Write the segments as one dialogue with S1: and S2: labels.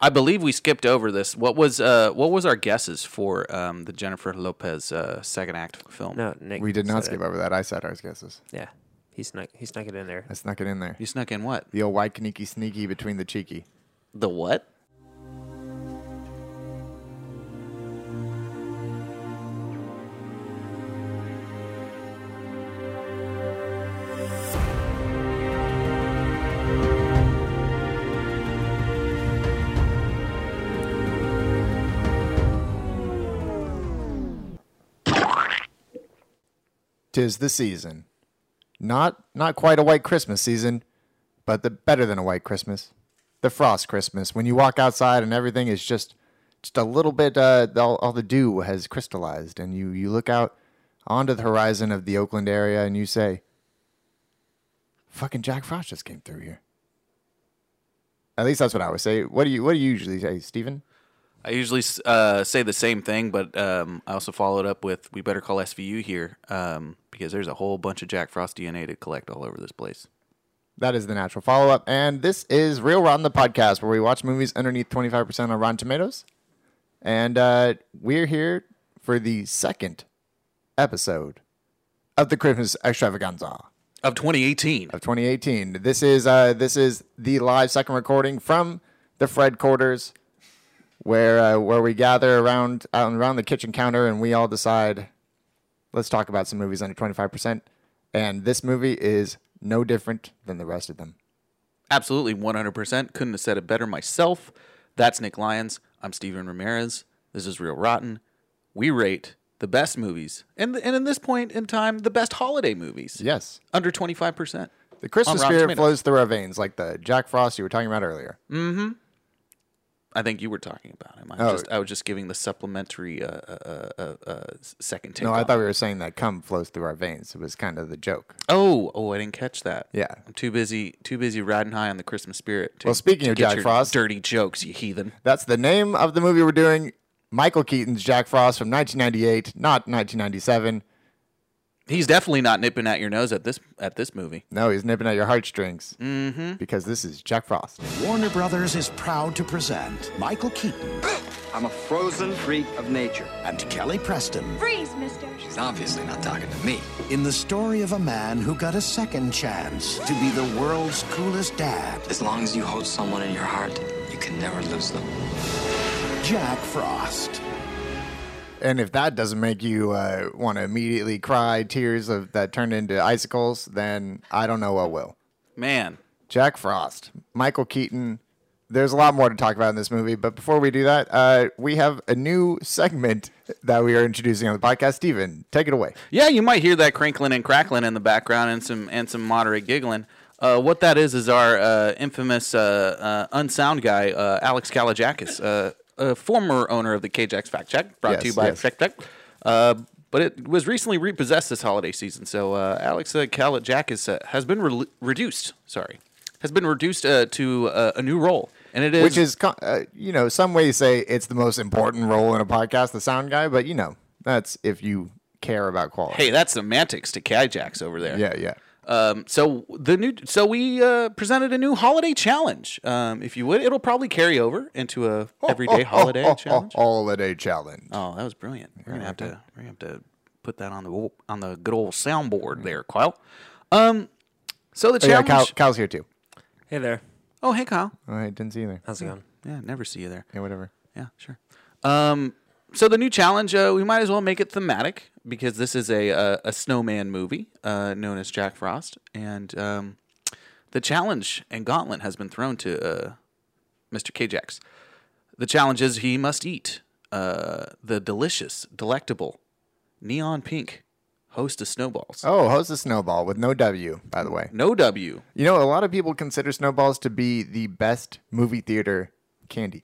S1: I believe we skipped over this. What was uh, what was our guesses for um, the Jennifer Lopez uh, second act film?
S2: No, Nick.
S3: We did not
S2: said
S3: skip
S2: it.
S3: over that. I said ours guesses.
S2: Yeah, he snuck. He snuck it in there.
S3: I snuck it in there.
S1: You snuck in what?
S3: The old white sneaky sneaky between the cheeky.
S1: The what?
S3: Tis the season. Not not quite a white Christmas season, but the better than a white Christmas. The frost Christmas when you walk outside and everything is just just a little bit uh, all, all the dew has crystallized and you you look out onto the horizon of the Oakland area and you say fucking Jack Frost just came through here. At least that's what I would say. What do you what do you usually say, Steven?
S1: I usually uh, say the same thing, but um, I also followed up with "We better call SVU here" um, because there's a whole bunch of Jack Frost DNA to collect all over this place.
S3: That is the natural follow up. And this is Real Rotten, the podcast where we watch movies underneath 25% on Rotten Tomatoes. And uh, we're here for the second episode of the Christmas Extravaganza
S1: Of 2018,
S3: of 2018. This is uh, this is the live second recording from the Fred quarters, where uh, where we gather around out around the kitchen counter and we all decide let's talk about some movies under 25%. And this movie is no different than the rest of them.
S1: absolutely 100%. Couldn't have said it better myself. That's Nick Lyons. I'm Steven Ramirez. This is Real Rotten. We rate the best movies, and and in this point in time, the best holiday movies.
S3: Yes.
S1: under 25%.
S3: The Christmas
S1: On Rotten Tomatoes.
S3: spirit
S1: Mm.
S3: flows through our veins, like the Jack Frost you were talking about earlier.
S1: I think you were talking about him. I was,
S3: Oh.
S1: just, I was just giving the supplementary uh, uh, uh, uh, uh, second take.
S3: No,
S1: on
S3: I
S1: it.
S3: thought we were saying that cum flows through our veins. It was kind of the joke.
S1: Oh, oh, I didn't catch that.
S3: Yeah.
S1: I'm too busy, too busy riding high on the Christmas spirit. To,
S3: Well, speaking
S1: to
S3: of
S1: get
S3: Jack
S1: your
S3: Frost-
S1: dirty jokes, you heathen.
S3: That's the name of the movie we're doing. Michael Keaton's Jack Frost from 1998, not 1997.
S1: He's definitely not nipping at your nose at this at this movie.
S3: No, he's nipping at your heartstrings mm-hmm. because this is Jack Frost.
S4: Warner Brothers is proud to present Michael Keaton
S5: I'm a frozen freak of nature.
S4: and Kelly Preston
S6: Freeze, mister.
S5: He's obviously not talking to me.
S4: in the story of a man who got a second chance to be the world's coolest dad,
S5: As long as you hold someone in your heart, you can never lose them.
S4: Jack Frost.
S3: And if that doesn't make you uh, want to immediately cry tears of that turned into icicles, then I don't know what will.
S1: Man,
S3: Jack Frost, Michael Keaton. There's a lot more to talk about in this movie, but before we do that, uh, we have a new segment that we are introducing on the podcast. Steven, take it away.
S1: yeah, you might hear that crinkling and crackling in the background and some and some moderate giggling. Uh, what that is is our uh, infamous uh, uh, unsound guy, uh, Alex Kalajakis, uh, a former owner of the KJX Fact Check, brought to you
S3: Yes,
S1: by
S3: yes.
S1: Check Check. Uh, but it was recently repossessed this holiday season, so uh, Alex uh, Kalajakis uh, has been re- reduced. Sorry, has been reduced uh, to uh, a new role, and it is
S3: Which is, co- uh, you know, some way say it's the most important role in a podcast, the sound guy, but you know, that's if you care about quality.
S1: hey, that's semantics to Kajaks over there.
S3: Yeah, yeah.
S1: Um, so the new, so we uh, presented a new holiday challenge. Um, if you would, it'll probably carry over into a everyday holiday challenge.
S3: Holiday challenge.
S1: Oh, that was brilliant. We're gonna have to, we're gonna have to put that on the wo- on the good old soundboard there, Kyle. Um, so the
S3: Mm. Oh, yeah,
S1: challenge.
S3: Kyle, Kyle's here too.
S2: Hey there.
S1: oh, hey, Kyle.
S3: Oh, I didn't see you there.
S1: Uh.
S2: How's it going?
S1: Yeah, never see you there.
S3: Yeah, whatever.
S1: Yeah, sure. Um, so the new challenge, uh, we might as well make it thematic because this is a a, a snowman movie uh, known as Jack Frost, and um, the challenge and gauntlet has been thrown to uh, Mr. Kjax. The challenge is he must eat uh, the delicious, delectable, neon pink host of snowballs.
S3: Oh, host of Snowball with no W, by the way.
S1: No W.
S3: You know, a lot of people consider snowballs to be the best movie theater candy.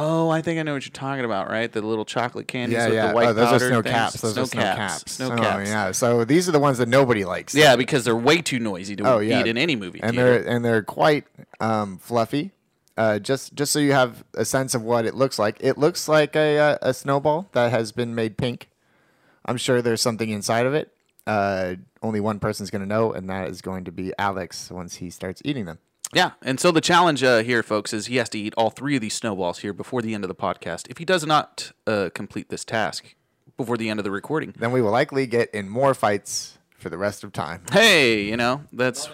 S1: Oh, I think I know what you're talking about, right? The little chocolate candies with the white
S3: Oh, those are
S1: powder
S3: snow
S1: things.
S3: caps. Those are snow caps.
S1: Snow
S3: oh,
S1: caps.
S3: yeah. So these are the ones that nobody likes.
S1: Yeah, because they're way too noisy to
S3: Oh, yeah.
S1: eat in any movie
S3: and
S1: theater.
S3: they're and they're quite um, fluffy. Uh, just just so you have a sense of what it looks like. It looks like a uh, a snowball that has been made pink. I'm sure there's something inside of it. Uh, only one person's going to know, and that is going to be Alex once he starts eating them.
S1: Yeah, and so the challenge uh, here, folks, is he has to eat all three of these snowballs here before the end of the podcast. If he does not uh, complete this task before the end of the recording,
S3: Then we will likely get in more fights for the rest of time.
S1: hey, you know that's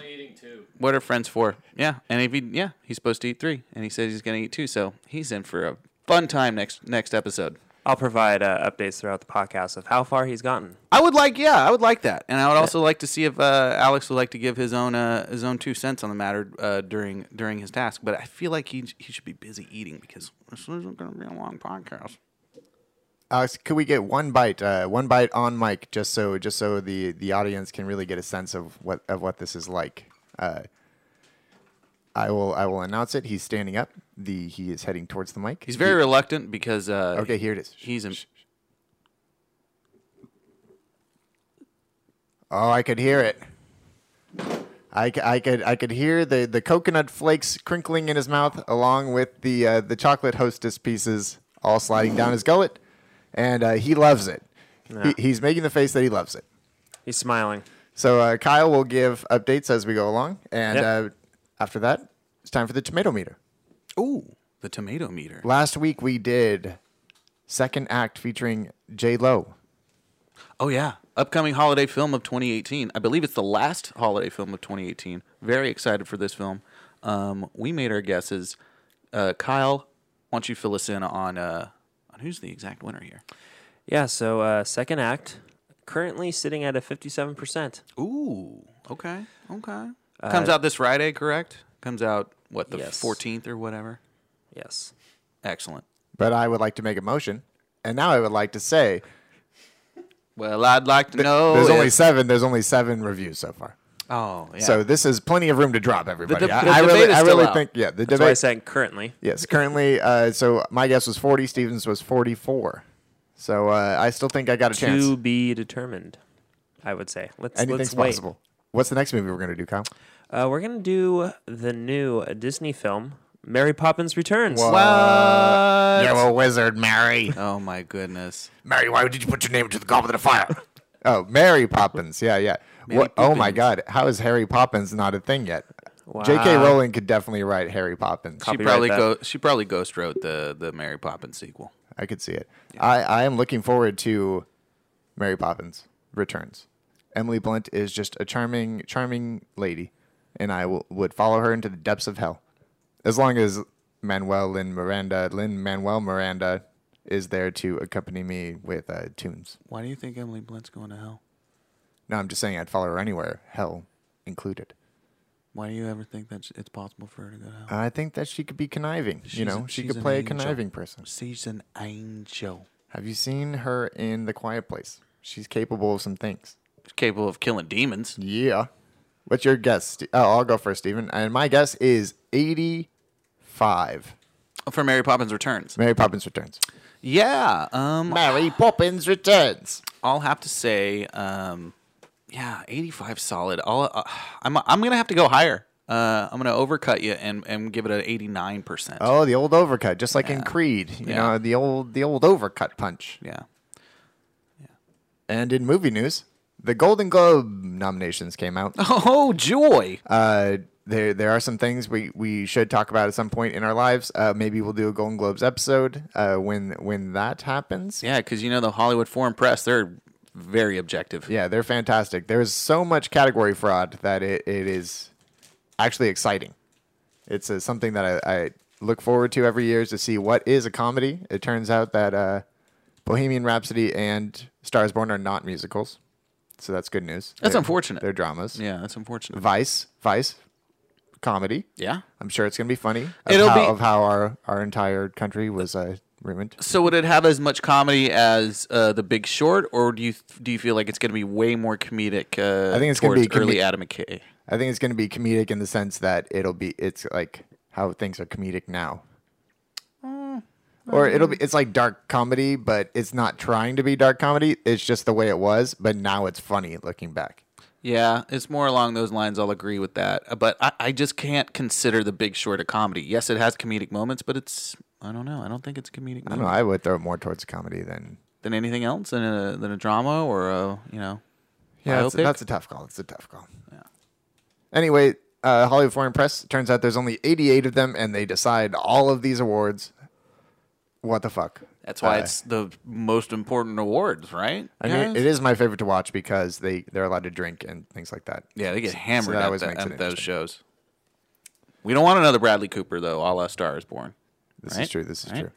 S1: what are friends for? Yeah, and if he yeah he's supposed to eat three, and he says he's going to eat two, so he's in for a fun time next next episode.
S2: I'll provide uh, updates throughout the podcast of how far he's gotten.
S1: I would like, yeah, I would like that, and I would also like to see if uh, Alex would like to give his own uh, his own two cents on the matter uh, during during his task. But I feel like he he should be busy eating because this isn't going to be a long podcast.
S3: Alex, Uh, could we get one bite, uh, one bite on mic, just so just so the the audience can really get a sense of what of what this is like. Uh, I will I will announce it. He's standing up. The he is heading towards the mic.
S1: He's very reluctant because uh,
S3: Okay, here it is.
S1: He's in,
S3: Oh, I could hear it. I, c- I could I could hear the, the coconut flakes crinkling in his mouth, along with the uh, the chocolate hostess pieces all sliding down his gullet, and uh, he loves it. He, he's making the face that he loves it.
S2: He's smiling.
S3: So uh, Kyle will give updates as we go along, and
S2: Yep.
S3: uh, after that, it's time for the tomato meter.
S1: ooh the tomato meter.
S3: Last week we did second act featuring J Lo.
S1: Oh yeah, upcoming holiday film of 2018. I believe it's the last holiday film of 2018. Very excited for this film. Um, we made our guesses. Uh, Kyle, why don't you fill us in on uh, on who's the exact winner here?
S2: Yeah, so uh, second act, currently sitting at a 57%.
S1: Ooh, okay, okay. Uh, Comes out this Friday, correct? Comes out what the
S2: Yes.
S1: 14th or whatever.
S2: Yes.
S1: Excellent.
S3: But I would like to make a motion, and now I would like to say
S1: Well, I'd like to know.
S3: there's only
S1: if-
S3: seven. There's only seven reviews so far.
S1: oh yeah.
S3: So this is plenty of room to drop everybody.
S1: deb-
S3: I,
S1: the
S3: I
S1: debate
S3: really,
S1: is
S3: I
S1: still
S3: really
S1: out.
S3: think yeah, the
S2: That's why I
S3: debate.
S2: said currently.
S3: Yes, currently, uh, so my guess was 40. Stevens was 44. So uh, I still think I got a chance.
S2: To be determined, I would say. Let's,
S3: Anything's
S2: let's wait.
S3: possible. What's the next movie we're gonna do, Kyle?
S2: Uh, we're going to do the new Disney film, Mary Poppins Returns.
S3: You're a wizard, Mary.
S1: oh my goodness.
S3: Mary, why did you put your name into the goblet of fire? oh, Mary Poppins. Yeah, yeah. What, oh my
S1: Poppins.
S3: God, how is Harry Poppins not a thing yet? J.K.
S2: Wow.
S3: Rowling could definitely write Harry Poppins.
S1: She
S2: Copyright
S1: probably
S2: that.
S1: go. She probably ghost wrote the the Mary Poppins sequel.
S3: I could see it. I, I am looking forward to Mary Poppins returns. Emily Blunt is just a charming, charming lady, and I will, would follow her into the depths of hell, as long as Manuel Lin Miranda, Lin Manuel Miranda, is there to accompany me with uh, tunes.
S1: Why do you think Emily Blunt's going to hell?
S3: No, I'm just saying I'd follow her anywhere, hell included.
S1: Why do you ever think that it's possible for her to go to hell?
S3: I think that she could be conniving. Uh, you
S1: She's
S3: know,
S1: a-
S3: she
S1: she's
S3: could
S1: an
S3: play a
S1: angel.
S3: conniving person.
S1: She's an angel.
S3: Have you seen her in The Quiet Place? She's capable of some things.
S1: Capable of killing demons.
S3: Yeah. What's your guess? Ste- Oh, I'll go first, Stephen. And my guess is 85.
S1: For Mary Poppins Returns.
S3: Mary Poppins Returns.
S1: Yeah. Um,
S3: Mary Poppins Returns.
S1: I'll have to say, um, yeah, 85 solid. I'll, uh, I'm, I'm going to have to go higher. Uh, I'm going to overcut you and, and give it an 89%.
S3: Oh, the old overcut, just like in Creed. You
S1: Yeah.
S3: know, the old the old overcut punch.
S1: Yeah.
S3: And in movie news, the Golden Globe nominations came out.
S1: Oh, joy.
S3: Uh, there there are some things we, we should talk about at some point in our lives. Uh, maybe we'll do a Golden Globes episode uh, when when that happens.
S1: Yeah, because you know the Hollywood Foreign Press, they're very objective.
S3: Yeah, they're fantastic. There's so much category fraud that it, it is actually exciting. It's uh something that I, I look forward to every year is to see what is a comedy. It turns out that uh, Bohemian Rhapsody and Stars Born are not musicals, so that's good news.
S1: That's
S3: They're-
S1: unfortunate.
S3: They're dramas.
S1: Yeah, that's unfortunate.
S3: Vice, Vice, comedy.
S1: Yeah.
S3: I'm sure it's gonna be funny. Of
S1: It'll
S3: how,
S1: be-
S3: of how our our entire country was uh, ruined.
S1: So would it have as much comedy as uh, The Big Short, or do you do you feel like it's going to be way more comedic? Uh,
S3: I think it's gonna
S1: towards
S3: be
S1: early
S3: comedic.
S1: Adam McKay.
S3: I think it's going to be comedic in the sense that it'll be it's like how things are comedic now. Or it'll be it's like dark comedy, but it's not trying to be dark comedy. It's just the way it was, but now it's funny looking back.
S1: Yeah, it's more along those lines. I'll agree with that, Uh, but I, I just can't consider The Big Short a comedy. Yes, it has comedic moments, but it's I don't know. I don't think it's a comedic moment
S3: I don't know, I would throw it more towards comedy than
S1: than anything else than a than a drama or a you know.
S3: Yeah, that's,
S1: biopic.
S3: that's a tough call. It's a tough call. Yeah. Anyway, uh, Hollywood Foreign Press. Turns out there's only 88 of them, and they decide all of these awards. What the fuck?
S1: That's why
S3: Uh,
S1: it's the most important awards, right?
S3: I mean,
S1: guys?
S3: it is my favorite to watch because they they're allowed to drink and things like that.
S1: yeah, they get
S3: So- so
S1: hammered
S3: that
S1: at,
S3: always
S1: the-
S3: makes it
S1: at those
S3: interesting.
S1: shows. We don't want another Bradley Cooper though. A la Star is Born.
S3: This
S1: right?
S3: is true. This is
S1: Right?
S3: true.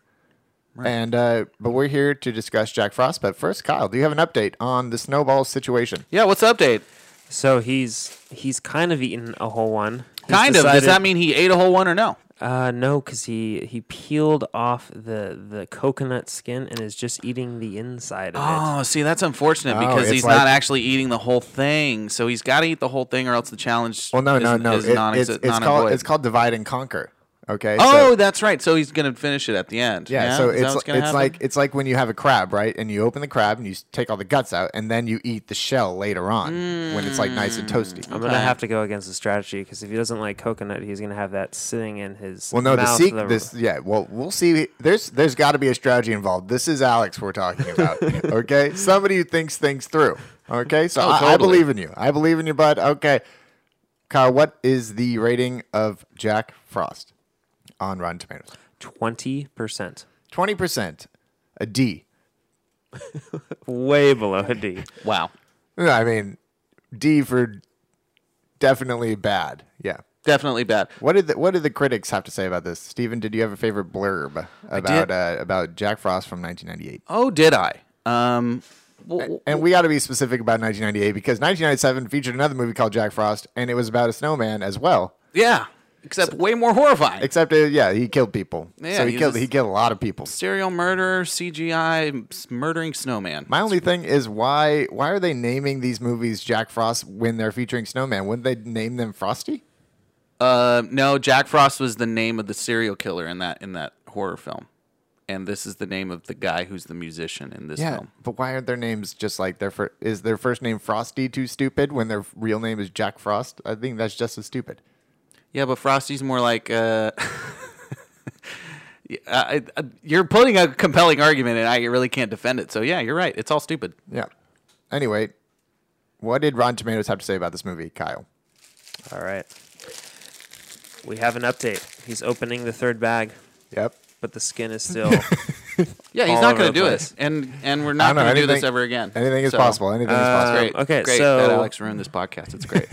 S3: And uh, but we're here to discuss Jack Frost. But first, Kyle, do you have an update on the snowball situation?
S1: Yeah, what's the update?
S2: So he's he's kind of eaten a whole one. He's
S1: Kind of. Does
S2: decided-
S1: that mean he ate a whole one or no?
S2: Uh, no, because he he peeled off the the coconut skin and is just eating the inside of it.
S1: Oh, see, that's unfortunate
S3: No,
S1: because
S3: it's
S1: he's
S3: like-
S1: not actually eating the whole thing. So he's got to eat the whole thing, or else the challenge.
S3: Well, no,
S1: is,
S3: no, no.
S1: Is
S3: It- it's,
S1: non-exi-
S3: it's called
S1: non-avoid.
S3: it's called divide and conquer. Okay.
S1: Oh,
S3: so-
S1: that's right. So he's gonna finish it at the end.
S3: yeah.
S1: Is
S3: So
S1: that
S3: it's
S1: what's
S3: it's
S1: gonna happen?
S3: like it's like when you have a crab, right? And you open the crab and you s- take all the guts out, and then you eat the shell later on when it's like nice and
S1: Mm,
S3: toasty.
S2: I'm gonna have to go against the strategy because if he doesn't like coconut, he's gonna have that sitting in his.
S3: Well, no, the
S2: mouth
S3: seek
S2: the-
S3: this. Yeah, well, we'll see. There's there's got to be a strategy involved. This is Alex we're talking about. okay, somebody who thinks things through. Okay, so
S1: Oh,
S3: I, I
S1: totally.
S3: believe in you. I believe in you, bud. Okay, Kyle, what is the rating of Jack Frost on Rotten Tomatoes?
S2: twenty percent,
S3: Twenty percent, a D.
S2: way below a D.
S1: wow,
S3: I mean, D for definitely bad. Yeah.
S1: definitely bad.
S3: What did the, what did the critics have to say about this? Stephen, did you have a favorite blurb about uh, about Jack Frost from 1998?
S1: Oh, did I? Um, well,
S3: And we got to be specific about 1998 because 1997 featured another movie called Jack Frost, and it was about a snowman as well.
S1: yeah, except way more horrifying.
S3: Except, uh, yeah, he killed people.
S1: Yeah,
S3: so he,
S1: he
S3: killed
S1: was-
S3: he killed a lot of people.
S1: Serial murderer, CGI, s- murdering snowman.
S3: My only thing is why why are they naming these movies Jack Frost when they're featuring snowman? Wouldn't they name them Frosty?
S1: Uh, no, Jack Frost was the name of the serial killer in that in that horror film, and this is the name of the guy who's the musician in this
S3: Yeah,
S1: film.
S3: but why aren't their names just like their fir- is their first name Frosty too stupid when their real name is Jack Frost? I think that's just as stupid.
S1: Yeah, but Frosty's more like. Uh, Yeah, I, I, you're putting a compelling argument, and I really can't defend it. So yeah, you're right. It's all stupid.
S3: Yeah. Anyway, what did Rotten Tomatoes have to say about this movie, Kyle?
S2: All right, we have an update. He's opening the third bag,
S3: Yep.
S2: but the skin is still.
S1: Yeah, he's
S2: all
S1: not
S2: over
S1: going
S2: the
S1: to do
S2: place.
S1: it, and and we're
S3: I
S1: not
S3: don't know,
S1: going to do this
S3: anything-
S1: ever again.
S3: Anything is
S1: So, uh,
S3: possible. Anything is possible.
S1: Great.
S2: Um, Okay,
S1: great that
S2: so-
S1: Alex ruined this podcast. It's great.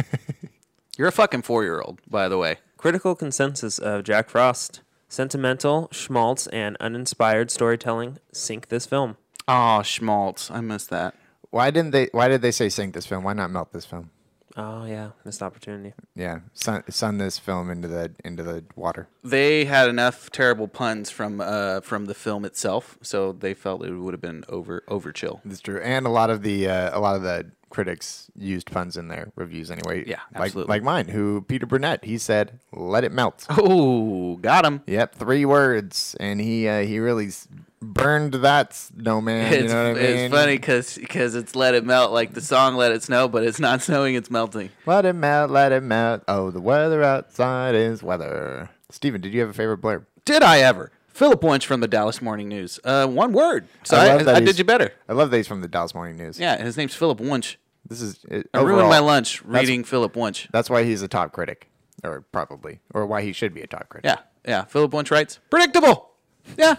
S1: You're a fucking four year old, by the way.
S2: Critical consensus of Jack Frost: sentimental, schmaltz, and uninspired storytelling sink this film.
S1: Oh, schmaltz. I missed that.
S3: Why didn't they? Why did they say sink this film? Why not melt this film?
S2: Oh yeah, missed opportunity.
S3: Yeah, sun, sun this film into the into the water.
S1: They had enough terrible puns from uh, from the film itself, so they felt it would have been over over chill.
S3: That's true. And a lot of the uh, a lot of the critics used puns in their reviews anyway.
S1: Yeah,
S3: like
S1: absolutely.
S3: like mine, who Peter Burnett, he said, "Let it melt."
S1: Oh, got him.
S3: Yep, three words, and he uh, he really s- burned that snowman.
S1: It's,
S3: you know what I mean?
S1: it's funny because it's let it melt like the song let it snow, but it's not snowing, it's melting.
S3: Let it melt, let it melt. Oh, the weather outside is weather. Steven, did you have a favorite blurb?
S1: Did I ever? Philip Wunsch from the Dallas Morning News. Uh, one word. So
S3: I
S1: I,
S3: love that
S1: I
S3: he's-
S1: did you better.
S3: I love that he's from the Dallas Morning News.
S1: Yeah, his name's Philip Wunsch.
S3: This is it,
S1: I ruined my
S3: overall-
S1: lunch reading Philip Wunsch.
S3: That's why he's a top critic, or probably, or why he should be a top critic.
S1: Yeah, yeah. Philip Wunsch writes predictable. Yeah,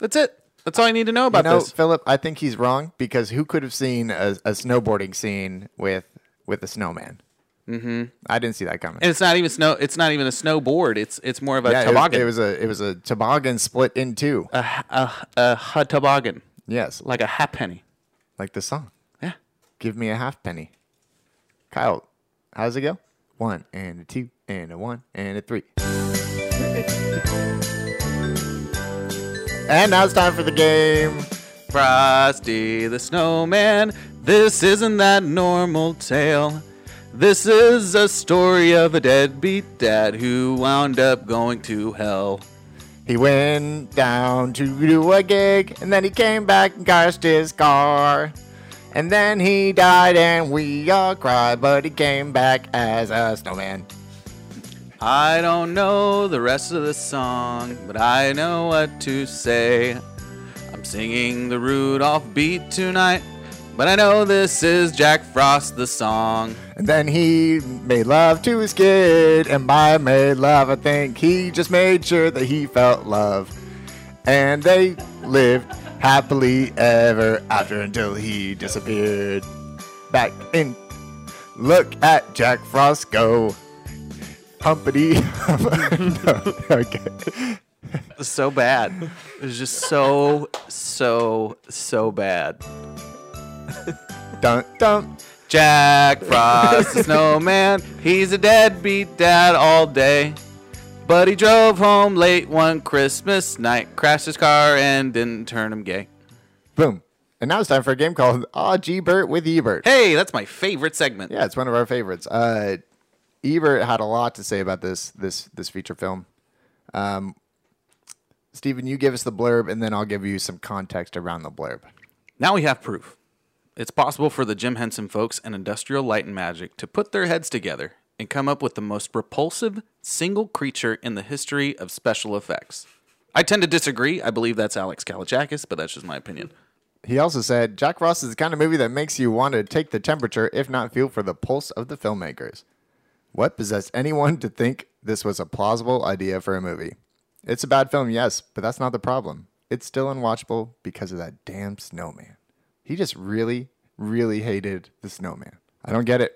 S1: that's it. That's all you need to know
S3: You
S1: about
S3: know,
S1: this.
S3: Philip, I think he's wrong because who could have seen a, a snowboarding scene with with a snowman? Mm-hmm. I didn't see that coming.
S1: And it's not even snow. It's not even a snowboard. It's it's more of a
S3: Yeah, it was-
S1: toboggan.
S3: It was, a it was a toboggan split in two.
S1: a, ha- toboggan,
S3: yes,
S1: like
S3: like,
S1: a halfpenny.
S3: like the song.
S1: Yeah.
S3: Give me a half penny. Kyle, how's it go? One and a two and a one and a three. and now it's time for the game.
S1: Frosty the Snowman. This isn't that normal tale. This is a story of a deadbeat dad who wound up going to hell.
S3: He went down to do a gig, and then he came back and crashed his car. And then he died, and we all cried, but he came back as a snowman.
S1: I don't know the rest of the song, but I know what to say. I'm singing the Rudolph beat tonight, but I know this is Jack Frost the song.
S3: And then he made love to his kid, and by made love, I think he just made sure that he felt love. And they lived happily ever after until he disappeared. Back in. Look at Jack Frost go. Humpity. No, okay.
S1: so bad. It was just so, so, so bad.
S3: Dun, dun.
S1: Jack Frost, the snowman, he's a deadbeat dad all day. But he drove home late one Christmas night, crashed his car, and didn't turn him gay.
S3: Boom. And now it's time for a game called Ah G Bert with Ebert.
S1: Hey, that's my favorite segment.
S3: Yeah, it's one of our favorites. Uh, Ebert had a lot to say about this this this feature film. Um, Stephen, you give us the blurb, and then I'll give you some context around the blurb.
S1: Now we have proof. It's possible for the Jim Henson folks and Industrial Light and Magic to put their heads together and come up with the most repulsive single creature in the history of special effects. I tend to disagree. I believe that's Alex Kalachakis, but that's just my opinion.
S3: He also said Jack Frost is the kind of movie that makes you want to take the temperature, if not feel for the pulse of the filmmakers. What possessed anyone to think this was a plausible idea for a movie? It's a bad film, yes, but that's not the problem. It's still unwatchable because of that damn snowman. He just really, really hated the snowman. I don't get it.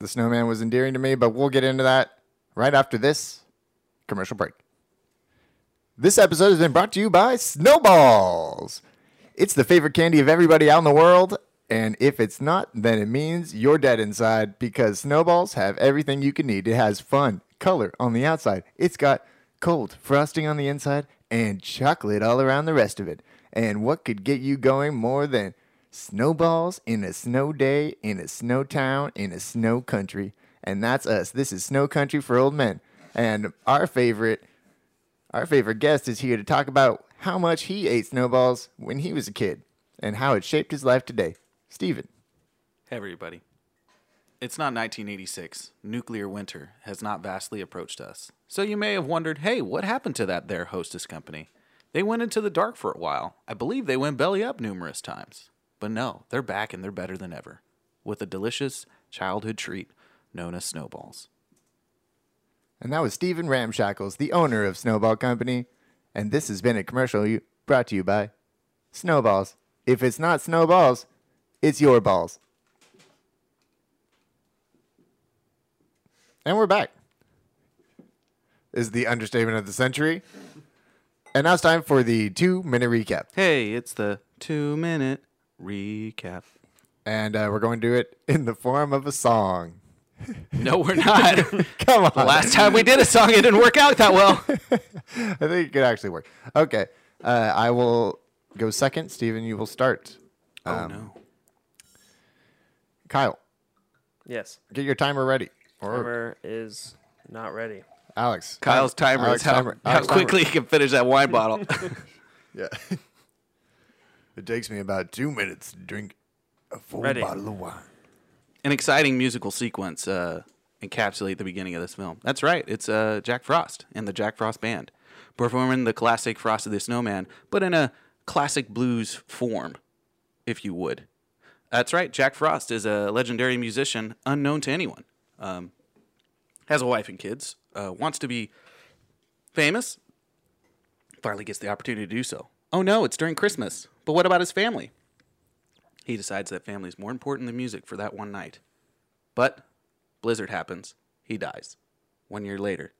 S3: The snowman was endearing to me, but we'll get into that right after this commercial break. This episode has been brought to you by Snowballs. It's the favorite candy of everybody out in the world. And if it's not, then it means you're dead inside because snowballs have everything you can need. It has fun, color on the outside, it's got cold frosting on the inside, and chocolate all around the rest of it. And what could get you going more than snowballs in a snow day, in a snow town, in a snow country? And that's us. This is Snow Country for Old Men. And our favorite our favorite guest is here to talk about how much he ate snowballs when he was a kid and how it shaped his life today. Steven.
S1: Hey, everybody. It's not 1986. Nuclear winter has not vastly approached us. So you may have wondered hey, what happened to that there hostess company? They went into the dark for a while. I believe they went belly up numerous times. But no, they're back and they're better than ever with a delicious childhood treat known as snowballs.
S3: And that was Steven Ramshackles, the owner of Snowball Company. And this has been a commercial you- brought to you by Snowballs. If it's not snowballs, it's your balls. And we're back. Is the understatement of the century. And now it's time for the two minute recap.
S1: Hey, it's the two minute recap.
S3: And uh, we're going to do it in the form of a song.
S1: No, we're not.
S3: Come on.
S1: the last time we did a song, it didn't work out that well.
S3: I think it could actually work. Okay. Uh, I will go second. Steven, you will start.
S1: Oh, no.
S3: Kyle,
S2: Yes.
S3: get your timer ready. Or
S2: Timer is not ready.
S3: Alex.
S1: Kyle's timer
S3: Alex
S1: is how,
S3: timer.
S1: how
S3: Alex timer.
S1: quickly he can finish that wine bottle.
S3: Yeah. it takes me about two minutes to drink a full
S2: Ready.
S3: bottle of wine.
S1: An exciting musical sequence uh, encapsulate the beginning of this film. That's right. It's uh, Jack Frost and the Jack Frost Band performing the classic Frost of the Snowman, but in a classic blues form, if you would. That's right. Jack Frost is a legendary musician unknown to anyone. Um, has a wife and kids. Uh, wants to be famous. Finally gets the opportunity to do so. Oh no, it's during Christmas. But what about his family? He decides that family is more important than music for that one night. But blizzard happens. He dies. One year later,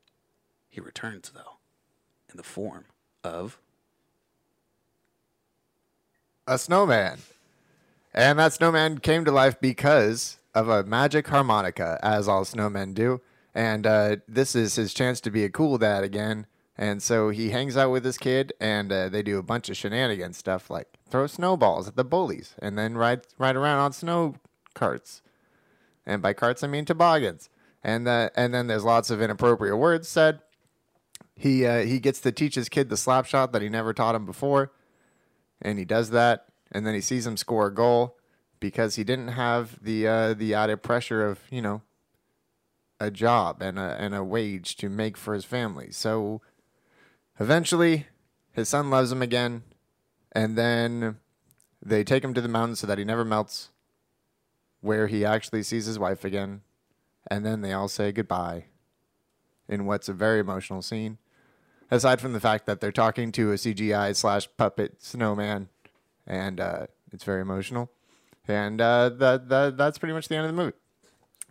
S1: he returns though, in the form of
S3: A snowman. And that snowman came to life because of a magic harmonica, as all snowmen do. And uh, this is his chance to be a cool dad again. And so he hangs out with this kid, and uh, they do a bunch of shenanigans stuff like throw snowballs at the bullies and then ride, ride around on snow carts. And by carts, I mean toboggans. And, uh, and then there's lots of inappropriate words said. He, uh, he gets to teach his kid the slap shot that he never taught him before and he does that, and then he sees him score a goal because he didn't have the uh, the added pressure of you know a job and a and a wage to make for his family. So eventually, his son loves him again, and then they take him to the mountains so that he never melts, where he actually sees his wife again, and then they all say goodbye in what's a very emotional scene. Aside from the fact that they're talking to a CGI slash puppet snowman, and uh, it's very emotional, and uh, that, that that's pretty much the end of the movie.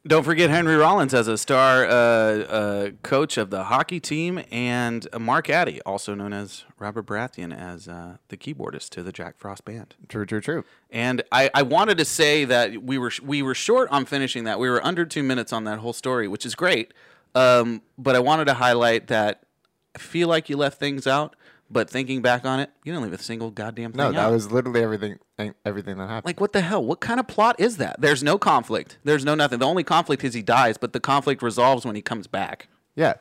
S1: Don't forget Henry Rollins as a star uh, uh, coach of the hockey team, and Mark Addy, also known as Robert Baratheon, as uh, the keyboardist to the Jack Frost band.
S3: True, true, true.
S1: And I, I wanted to say that we were we were short on finishing that. We were under two minutes on that whole story, which is great. Um, but I wanted to highlight that I feel like you left things out, but thinking back on it, you didn't leave a single goddamn thing
S3: No,
S1: out.
S3: that was literally everything. eh, Everything that happened.
S1: Like what the hell? What kind of plot is that? There's no conflict. There's no nothing. The only conflict is he dies, but the conflict resolves when he comes back.
S3: yeah.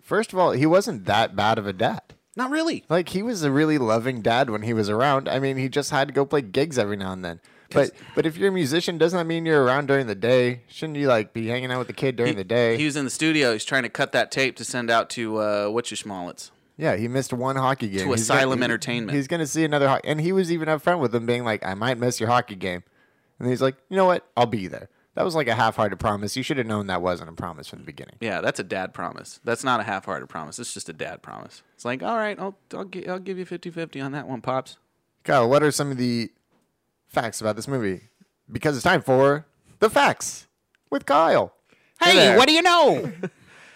S3: First of all, he wasn't that bad of a dad.
S1: Not really.
S3: Like he was a really loving dad when he was around. I mean, he just had to go play gigs every now and then. But but if you're a musician, doesn't that mean you're around during the day? Shouldn't you like be hanging out with the kid during the day?
S1: He was in the studio. He's trying to cut that tape to send out to uh, what you schmollets.
S3: yeah, he missed one hockey game. He's
S1: Asylum
S3: gonna- he-
S1: Entertainment.
S3: He's gonna see another, ho- and he was even upfront with them, being like, "I might miss your hockey game," and he's like, "You know what? I'll be there." That was like a half-hearted promise. You should have known that wasn't a promise from the beginning.
S1: Yeah, that's a dad promise. That's not a half-hearted promise. It's just a dad promise. It's like, all right, I'll I'll, gi- I'll give you 50-50 on that one, pops.
S3: Kyle, what are some of the facts about this movie? Because it's time for the facts with Kyle. Hey, what do you know?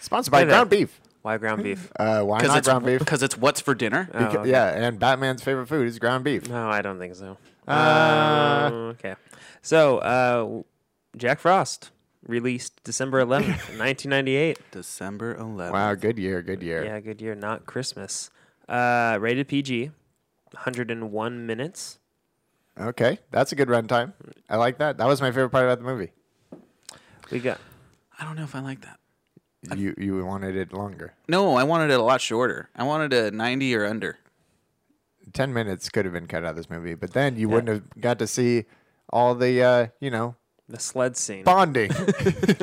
S3: Sponsored by
S2: Hey there.
S3: ground beef.
S2: Why ground beef?
S3: Uh, why
S1: Because
S3: not
S1: it's
S3: ground beef?
S1: because it's what's for dinner.
S3: Beca- Yeah, and Batman's favorite food is ground beef.
S2: No, I don't think so. Uh, okay. So, uh, Jack Frost released December 11th, 1998.
S1: December 11th.
S3: Wow, good year, good year.
S2: Yeah, good year. Not Christmas. Uh, rated PG, 101 minutes.
S3: Okay, that's a good runtime. I like that. That was my favorite part about the movie.
S2: We got
S1: I don't know if I like that.
S3: You you wanted it longer.
S1: No, I wanted it a lot shorter. I wanted a 90 or under.
S3: Ten minutes could have been cut out of this movie, but then you wouldn't have got to see all the uh, you know
S2: the sled scene.
S3: bonding.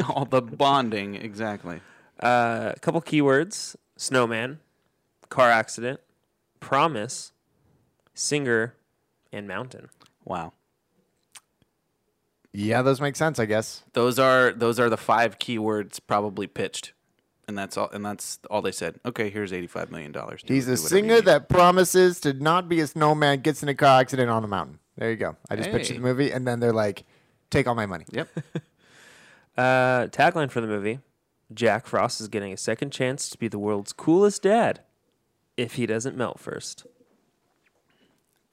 S1: All the bonding, exactly.
S2: Uh, a couple keywords snowman, car accident, promise, singer, and mountain.
S1: Wow.
S3: yeah, those make sense, I guess.
S1: Those are those are the five keywords probably pitched, and that's all. And that's all they said. Okay, here's eighty-five million dollars.
S3: He's a singer that promises to not be a snowman, gets in a car accident on a mountain. There you go. I just pictured
S1: Hey.
S3: the movie, and then they're like, take all my money.
S1: Yep.
S2: Uh, tagline for the movie Jack Frost is getting a second chance to be the world's coolest dad if he doesn't melt first.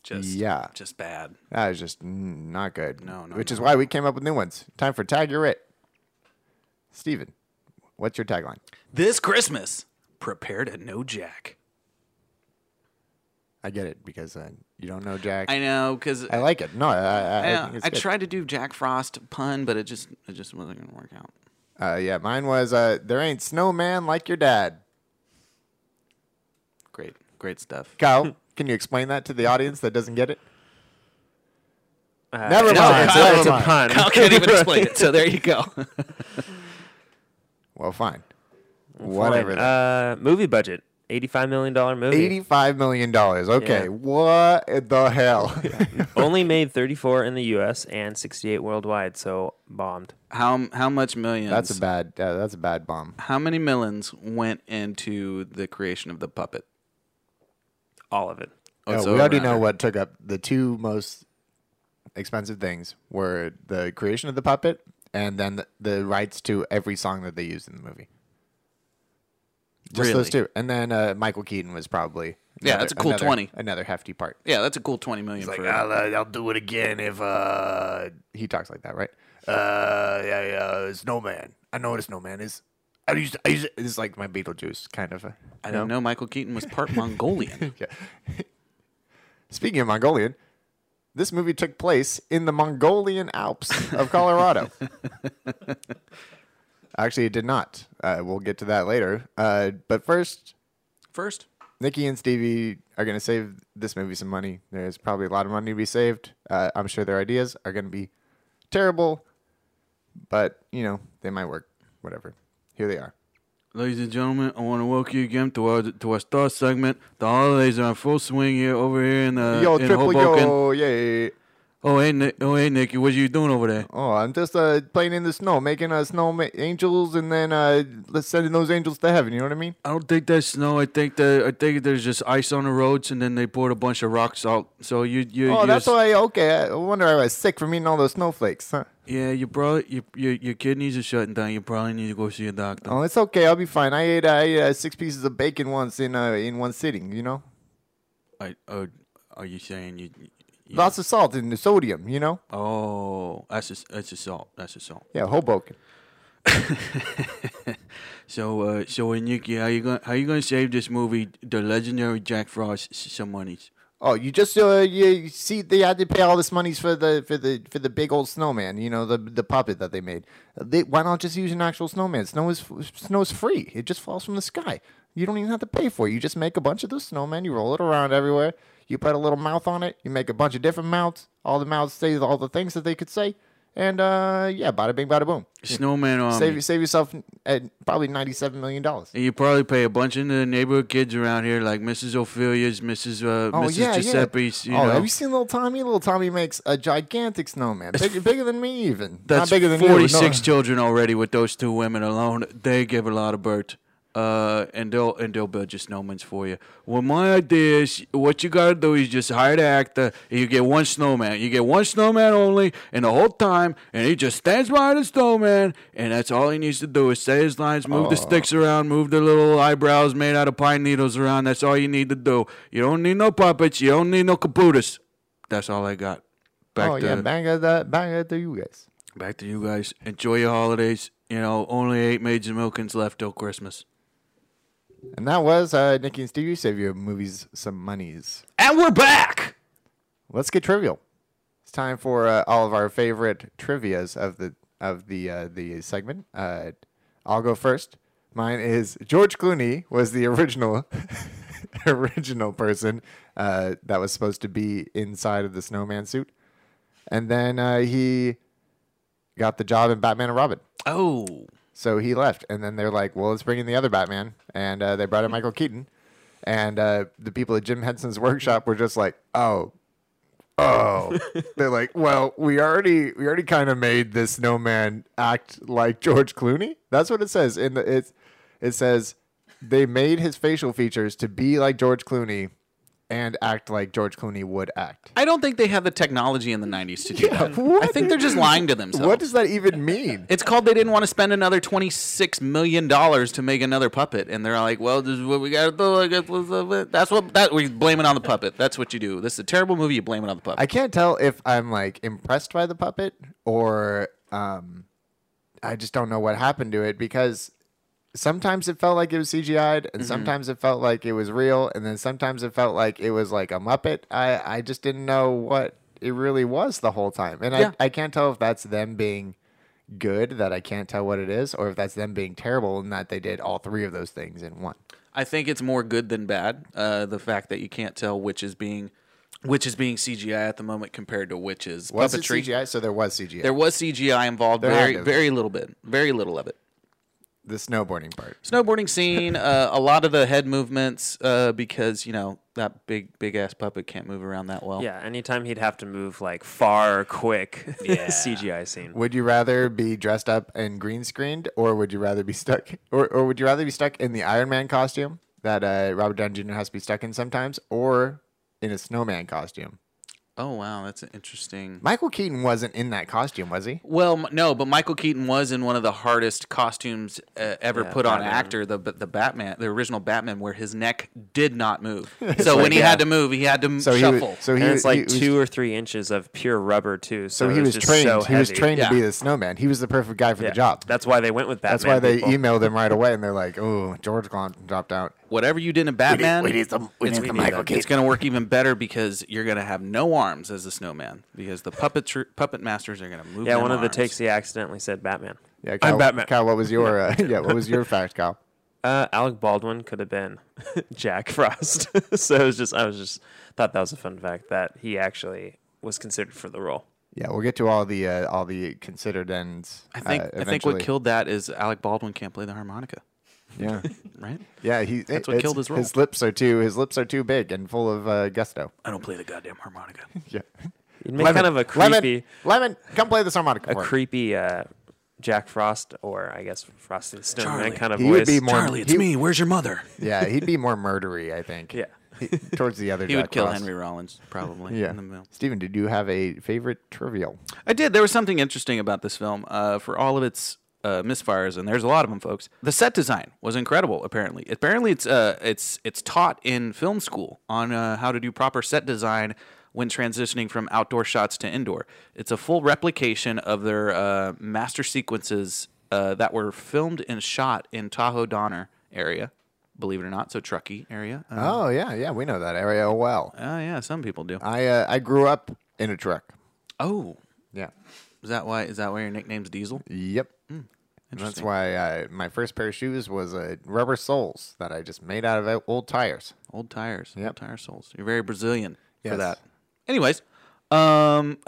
S1: Just
S3: Yeah.
S1: Just bad.
S3: That is just mm, not good.
S1: No, no,
S3: Which is
S1: no.
S3: why we came up with new ones. Time for Tag Your It. Steven, what's your tagline?
S1: This Christmas, prepare to know Jack.
S3: I get it because uh, you don't know Jack.
S1: I know because
S3: I
S1: I,
S3: like it. No, I, I, I, think
S1: I,
S3: it's good.
S1: tried to do Jack Frost pun, but it just it just wasn't gonna work out.
S3: Uh, yeah, mine was uh, there ain't snowman like your dad.
S1: Great, great stuff.
S3: Kyle, can you explain that to the audience that doesn't get it? never
S2: Uh, No,
S3: mind.
S2: it's,
S3: never
S2: it's a
S3: mind.
S2: pun.
S1: Kyle can't even explain it. So there you go.
S3: Well, fine. Whatever. then.
S2: Uh, movie budget, eighty-five million dollar movie.
S3: Eighty-five million dollars. Okay,
S2: Yeah.
S3: what the hell?
S2: Only made thirty-four in the U.S. and sixty-eight worldwide, so bombed.
S1: How how much millions?
S3: that's a bad. Uh, that's a bad bomb.
S1: How many millions went into the creation of the puppet?
S2: All of it.
S1: Oh,
S3: No,
S1: so
S3: we already
S1: around
S3: know
S1: there.
S3: what took up the two most expensive things were the creation of the puppet and then the, the rights to every song that they used in the movie. Just those
S1: Really?
S3: two, and then uh, Michael Keaton was probably
S1: Yeah, that's a cool
S3: another-
S1: 20.
S3: Another hefty part.
S1: Yeah, that's a cool twenty million. for
S3: uh, I'll do it again if uh he talks like that, right? Uh yeah yeah snowman. I know what a snowman is. I used to, I used to, it's like my Beetlejuice kind of. uh,
S1: I don't know. Michael Keaton was part Mongolian.
S3: Yeah. Speaking of Mongolian, this movie took place in the Mongolian Alps of Colorado. Actually, it did not. Uh, we'll get to that later. Uh, but first,
S1: First,
S3: Nikki and Stevie are going to save this movie some money. There's probably a lot of money to be saved. Uh, I'm sure their ideas are going to be terrible, but you know they might work. Whatever. Here they are.
S1: ladies and gentlemen, I want to welcome you again to our to our star segment. The holidays are Uh, in full swing here over here in the
S3: yo,
S1: in
S3: triple
S1: Hoboken.
S3: yo, yay!
S1: Oh hey, Nick, oh hey, Nicky, what you doing over there?
S3: Oh, I'm just uh, playing in the snow, making uh, snow ma- angels, and then uh, let's sending those angels to heaven. You know what I mean?
S1: I don't think that's snow. I think that I think there's just ice on the roads, and then they poured a bunch of rocks out. So you you
S3: Oh,
S1: you s-
S3: that's why. Okay, I wonder I was sick from eating all those snowflakes, huh?
S1: yeah. You probably your your your kidneys are shutting down. You probably need to go see a doctor.
S3: Oh, it's okay. I'll be fine. I ate, I ate uh, six pieces of bacon once in uh, in one sitting. You know,
S1: I, oh, are you saying you? you
S3: lots of salt and sodium. You know,
S1: oh, that's a, that's assault. That's assault.
S3: yeah, Hoboken.
S1: So uh, so hey, Nicky, how you gonna how you gonna save this movie, the legendary Jack Frost, s- some monies?
S3: Oh, you just uh, you you see they had to pay all this money for the for the for the big old snowman. You know the the puppet that they made. They, why not just use an actual snowman? Snow is snow is free. It just falls from the sky. You don't even have to pay for it. You just make a bunch of those snowmen. You roll it around everywhere. You put a little mouth on it. You make a bunch of different mouths. All the mouths say all the things that they could say. And uh, yeah, bada bing, bada boom.
S1: Snowman army.
S3: Save save yourself at probably ninety seven million dollars.
S1: And you probably pay a bunch of the neighborhood kids around here, like Mrs. Ophelia's, Mrs. Uh,
S3: Oh
S1: Mrs.
S3: yeah,
S1: Giuseppe's.
S3: yeah.
S1: You
S3: oh,
S1: know,
S3: have you seen Little Tommy? Little Tommy makes a gigantic snowman, bigger, bigger than me even.
S1: that's
S3: Not bigger than you, no.
S1: forty-six children already with those two women alone. They give a lot of birth, uh, and they'll and they'll build your snowmans for you. Well, my idea is what you gotta do is just hire the actor, and you get one snowman. You get one snowman only, and the whole time, and he just stands by the snowman, and that's all he needs to do is say his lines, move the sticks around, move the little eyebrows made out of pine needles around. That's all you need to do. You don't need no puppets. You don't need no computers. That's all I got. Back
S3: oh
S1: to
S3: yeah, bang at that, bang at the you guys.
S1: back to you guys. Enjoy your holidays. You know, only eight maids and milkins left till Christmas.
S3: And that was uh, Nikki and Stevie save your movies some monies.
S1: And we're back.
S3: Let's get trivial. It's time for uh, all of our favorite trivia's of the of the uh, the segment. Uh, I'll go first. Mine is George Clooney was the original original person uh, that was supposed to be inside of the snowman suit, and then uh, he got the job in Batman and Robin.
S1: Oh,
S3: So he left, and then they're like, "Well, let's bring in the other Batman," and uh, they brought in Michael Keaton, and uh, the people at Jim Henson's workshop were just like, "Oh, oh," they're like, "Well, we already we already kind of made this snowman act like George Clooney." That's what it says in the it's it says they made his facial features to be like George Clooney and act like George Clooney would act.
S1: I don't think they had the technology in the '90s to do that. I think they're just lying to themselves.
S3: What does that even mean?
S1: it's called they didn't want to spend another twenty-six million dollars to make another puppet, and they're like, "Well, this is what we got to do." I guess we'll- we'll- That's what that we blame it on the puppet. That's what you do. This is a terrible movie. You blame it on the puppet.
S3: I can't tell if I'm like impressed by the puppet or um, I just don't know what happened to it because sometimes it felt like it was CGI'd
S1: Mm-hmm.
S3: and sometimes it felt like it was real and then sometimes it felt like it was like a Muppet. I, I just didn't know what it really was the whole time. And
S1: Yeah.
S3: I, I can't tell if that's them being good that I can't tell what it is or if that's them being terrible and that they did all three of those things in one.
S1: I think it's more good than bad. Uh, the fact that you can't tell which is being which is being CGI at the moment compared to which is
S3: Was it
S1: puppetry.
S3: CGI? So there was CGI.
S1: There was CGI involved,
S3: There had
S1: very
S3: to have
S1: very little bit, very little of it.
S3: the snowboarding part.
S1: Snowboarding scene, uh, a lot of the head movements uh, because you know that big big ass puppet can't move around that well.
S2: Yeah, anytime he'd have to move like far, quick CGI scene.
S3: Would you rather be dressed up and green screened, or would you rather be stuck, or, or would you rather be stuck in the Iron Man costume that uh, Robert Downey Jr. has to be stuck in sometimes, or in a snowman costume?
S1: Oh wow, that's an interesting.
S3: Michael Keaton wasn't in that costume, was he?
S1: Well, m- no, but Michael Keaton was in one of the hardest costumes uh, ever put on
S2: Batman.
S1: actor, the the Batman, the original Batman, where his neck did not move. so when he had to move, he had to m
S3: So he
S1: shuffle.
S3: was, so he,
S2: and it's
S3: he
S2: like
S3: was-
S2: two or three inches of pure rubber too. So,
S3: So he
S2: it
S3: was
S2: just
S3: trained.
S2: So
S3: he was
S2: heavy.
S3: trained
S1: Yeah.
S3: to be the snowman. He was the perfect guy for
S2: Yeah.
S3: the job.
S2: That's why they went with Batman.
S3: That's why they
S2: people.
S3: emailed him right away, and they're like, "Oh, George Clooney dropped out."
S1: Whatever you did in Batman,
S4: we need some- we need some Michael
S1: that. It's going to work even better because you're going to have no arms as a snowman because the puppet tr- puppet masters are going to move.
S2: Yeah,
S1: them
S2: one of the
S1: arms.
S2: takes he accidentally said Batman.
S3: Yeah, Kyle,
S2: I'm Batman.
S3: Kyle, what was your uh, yeah? What was your fact, Kyle?
S2: Uh, Alec Baldwin could have been Jack Frost. so it was just I was just thought that was a fun fact that he actually was considered for the role.
S3: Yeah, we'll get to all the uh, all the considered ends.
S1: I think
S3: uh,
S1: I think what
S3: eventually.
S1: killed that is Alec Baldwin can't play the harmonica,
S3: Yeah.
S1: right?
S3: Yeah, he.
S1: That's what
S3: it's-
S1: killed his role.
S3: His lips are too. His lips are too big and full of uh, gusto.
S1: I don't play the goddamn harmonica.
S3: Yeah.
S2: You'd make kind of a creepy,
S3: Lemon, lemon come play this harmonica.
S2: a
S3: for us.
S2: creepy uh, Jack Frost or I guess Frosty the Snowman
S1: Charlie.
S2: kind of
S3: He
S2: voice.
S3: would be more.
S1: Charlie, it's
S3: he-
S1: me. Where's your mother?
S3: Yeah, he'd be more murdery, I think.
S2: Yeah.
S3: He- towards the other.
S1: He would
S3: Jack
S1: kill
S3: Frost.
S1: Henry Rollins probably.
S3: Yeah.
S1: In the middle.
S3: Steven, did you have a favorite trivial?
S1: I did. There was something interesting about this film uh, for all of its uh, misfires, and there's a lot of them, folks. The set design was incredible. Apparently, apparently it's uh, it's it's taught in film school on uh, how to do proper set design when transitioning from outdoor shots to indoor. It's a full replication of their uh, master sequences uh, that were filmed and shot in Tahoe Donner area. Believe it or not, so Truckee area. Uh,
S3: Oh yeah, yeah, we know that area well.
S1: uh, yeah, some people do.
S3: I uh, I grew up in a truck.
S1: Oh,
S3: Yeah.
S1: is that why? Is that why your nickname's Diesel?
S3: Yep.
S1: Hmm.
S3: And that's why I, my first pair of shoes was uh, rubber soles that I just made out of uh, old tires.
S1: Old tires. Old
S3: Yep.
S1: tire soles. You're very Brazilian for
S3: Yes.
S1: that. Anyways, um,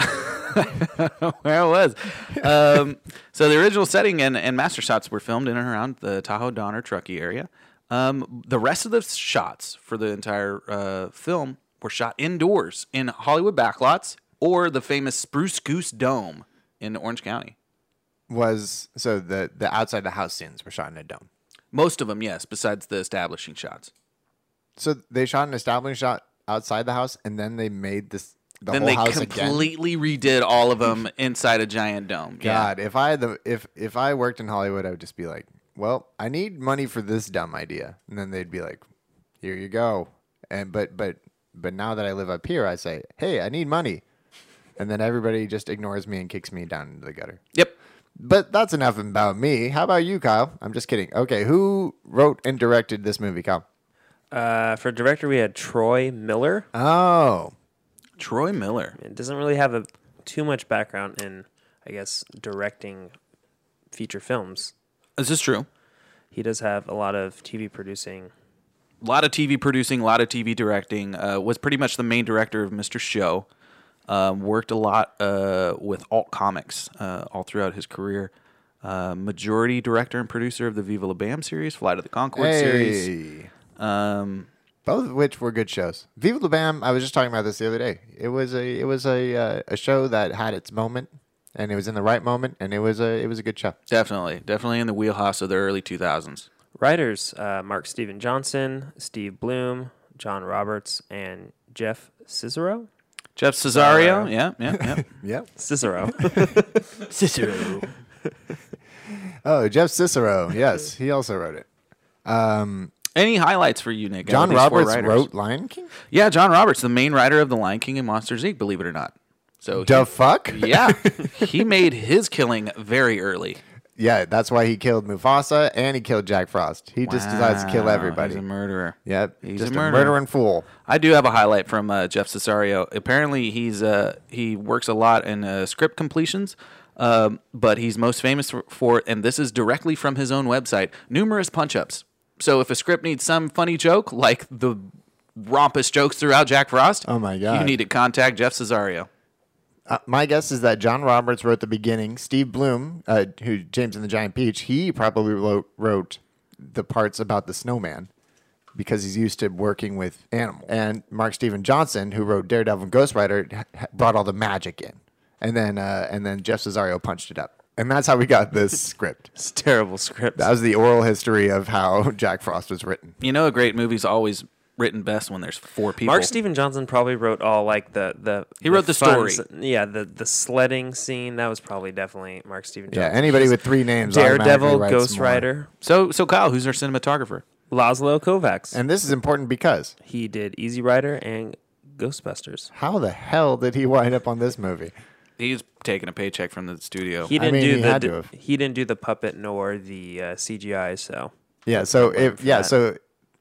S1: where I was. Um, so the original setting and, and master shots were filmed in and around the Tahoe Donner Truckee area. Um, the rest of the shots for the entire uh, film were shot indoors in Hollywood backlots or the famous Spruce Goose Dome in Orange County.
S3: Was so the the outside the house scenes were shot in a dome.
S1: Most of them, yes, besides the establishing shots.
S3: So they shot an establishing shot outside the house, and then they made this the
S1: then
S3: whole
S1: they
S3: house again.
S1: completely redid all of them inside a giant dome. Yeah.
S3: God, if I had the if if I worked in Hollywood, I would just be like, "Well, I need money for this dumb idea," and then they'd be like, "Here you go." And but but but now that I live up here, I say, "Hey, I need money," and then everybody just ignores me and kicks me down into the gutter.
S1: Yep.
S3: But that's enough about me. How about you, Kyle? I'm just kidding. Okay, who wrote and directed this movie, Kyle?
S2: Uh, for director, we had Troy Miller.
S3: Oh,
S1: Troy Miller.
S2: It doesn't really have a too much background in, I guess, directing feature films.
S1: This is true.
S2: He does have a lot of TV producing.
S1: A lot of TV producing, a lot of TV directing. Uh, was pretty much the main director of Mr. Show. Um, worked a lot uh, with alt comics uh, all throughout his career. Uh, majority director and producer of the Viva La Bam series, Flight of the Concord series.
S3: hey.
S1: Um,
S3: Both of which were good shows. Viva La Bam. I was just talking about this the other day. It was a it was a uh, a show that had its moment, and it was in the right moment, and it was a it was a good show.
S1: definitely, definitely in the wheelhouse of the early 2000s.
S2: Writers uh, Mark Steven Johnson, Steve Bloom, John Roberts, and Jeff Cicero.
S1: Jeff Cesario. Yeah, yeah, yeah.
S3: Yep.
S2: Cicero.
S1: Cicero.
S3: Oh, Jeff Cicero. Yes, he also wrote it.
S1: Any highlights for you, Nick? out of
S3: John
S1: these four
S3: Roberts
S1: writers?
S3: wrote Lion King.
S1: Yeah, John Roberts, the main writer of The Lion King and Monsters Inc. Believe it or not. So
S3: The fuck?
S1: yeah, he made his killing very early.
S3: Yeah, that's why he killed Mufasa and he killed Jack Frost. He just decides to kill
S1: Wow,
S3: everybody.
S1: He's a murderer.
S3: Yep,
S1: he's
S3: just
S1: a murderer.
S3: murdering fool.
S1: I do have a highlight from uh, Jeff Cesario. Apparently, he's uh, he works a lot in uh, script completions, um, but he's most famous for, for, and this is directly from his own website, numerous punch ups. So if a script needs some funny joke, like the rompous jokes throughout Jack Frost,
S3: Oh my God.
S1: you need to contact Jeff Cesario.
S3: Uh, my guess is that John Roberts wrote the beginning. Steve Bloom, uh, who James and the Giant Peach, he probably wrote, wrote the parts about the snowman because he's used to working with animals. And Mark Steven Johnson, who wrote Daredevil and Ghost Rider, h- h- brought all the magic in, and then uh, and then Jeff Cesario punched it up, and that's how we got this script.
S2: it's a terrible script.
S3: That was the oral history of how Jack Frost was written.
S1: You know, a great movie's always written best when there's four people.
S2: Mark Steven Johnson probably wrote all like the the he
S1: wrote the story.
S2: yeah, the the sledding scene that was probably definitely Mark Steven
S3: Yeah,
S2: Johnson.
S3: anybody with three names. automatically
S2: Daredevil,
S3: writes
S2: Ghost
S3: more.
S2: Rider,
S1: So, so Kyle, who's our cinematographer?
S2: Laszlo Kovacs.
S3: And this is important because
S2: he did Easy Rider and Ghostbusters.
S3: how the hell did he wind up on this movie?
S1: He's taking a paycheck from the studio.
S2: He
S3: I
S2: didn't
S3: mean,
S2: do
S3: he
S2: the
S3: had
S2: d-
S3: to have.
S2: he didn't do the puppet nor the uh, CGI. So
S3: Yeah. So if yeah,
S2: that.
S3: so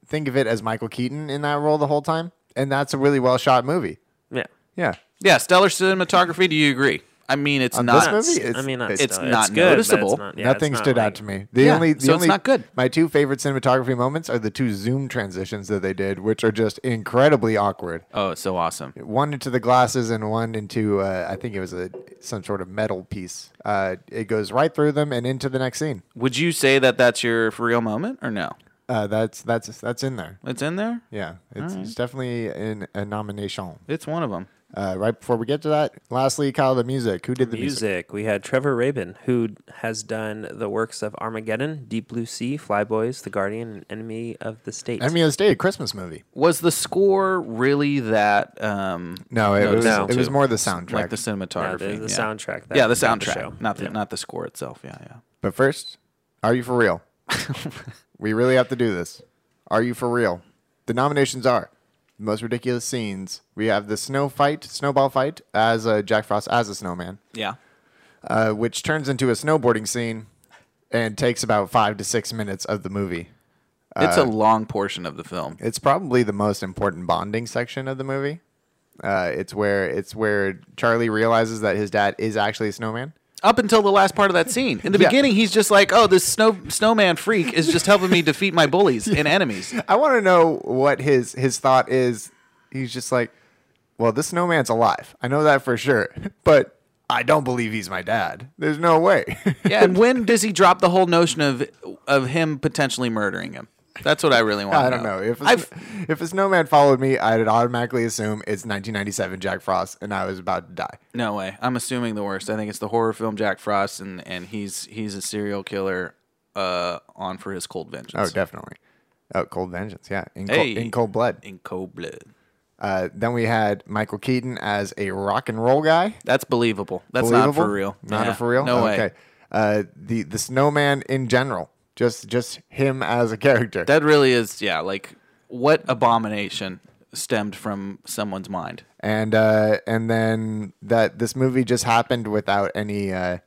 S3: think of it as Michael Keaton in that role the whole time, and that's a really well shot movie.
S2: yeah,
S3: Yeah.
S1: yeah, stellar cinematography. Do you agree? I mean, it's
S3: On this
S1: not.
S3: movie?
S2: I
S3: It's-
S2: mean, not
S3: it's
S2: stellar.
S1: not
S2: good, but it's
S1: noticeable.
S2: not- yeah, it's
S3: Nothing
S2: not
S3: stood
S2: like-
S3: out to me. The
S1: Yeah,
S3: only the
S1: so it's
S3: only
S1: not good.
S3: My two favorite cinematography moments are the two zoom transitions that they did, which are just incredibly awkward.
S1: Oh, it's so awesome.
S3: One into the glasses and one into uh, I think it was a some sort of metal piece. Uh, it goes right through them and into the next scene.
S1: Would you say that that's your for real moment or no?
S3: Uh, that's that's that's in there.
S1: It's in there.
S3: Yeah, it's, it's definitely in a nomination.
S1: It's one of them.
S3: Uh, right before we get to that, lastly, Kyle, the music. Who did the music?
S2: Music. We had Trevor Rabin, who has done the works of Armageddon, Deep Blue Sea, Flyboys, The Guardian, and Enemy of the State.
S3: I mean, it's a Christmas movie.
S1: Was the score really that? Um,
S3: No, it was
S2: no.
S3: it was more the soundtrack.
S1: like the cinematography,
S2: No, the- the
S1: yeah.
S2: soundtrack, that-
S1: yeah, the
S2: not the
S1: soundtrack,
S2: show.
S1: not the not the score itself. Yeah, yeah.
S3: But first, are you for real? we really have to do this. Are you for real? The nominations are the most ridiculous scenes. We have the snow fight, snowball fight, as uh, Jack Frost as a snowman,
S1: Yeah.
S3: uh, which turns into a snowboarding scene and takes about five to six minutes of the movie.
S1: It's a
S3: Uh,
S1: long portion of the film.
S3: It's probably the most important bonding section of the movie. Uh, it's where it's where Charlie realizes that his dad is actually a snowman.
S1: Up until the last part of that scene. In the
S3: Yeah.
S1: beginning, he's just like, "Oh, this snow snowman freak is just helping me defeat my bullies and enemies."
S3: I want to know what his his thought is. He's just like, well, this snowman's alive. I know that for sure, but I don't believe he's my dad. There's no way.
S1: Yeah, and when does he drop the whole notion of of him potentially murdering him? That's what I really want.
S3: I
S1: to
S3: don't know if a,
S1: I've
S3: sn- if a snowman followed me, I'd automatically assume it's 1997 Jack Frost, and I was about to die.
S1: no way. I'm assuming the worst. I think it's the horror film Jack Frost, and and he's he's a serial killer uh, on for his cold
S3: Oh,
S1: vengeance.
S3: definitely. Oh, Cold Vengeance, yeah, in,
S1: Hey.
S3: cold, in cold blood.
S1: in cold blood.
S3: Uh, then we had Michael Keaton as a rock and roll guy.
S1: That's believable. That's
S3: Believable?
S1: not for real.
S3: Not
S1: Yeah.
S3: a for real.
S1: No way.
S3: Okay. Uh, the the snowman in general, just just him as a character.
S1: That really is. Yeah. Like what abomination stemmed from someone's mind?
S3: and uh, and then that this movie just happened without any uh,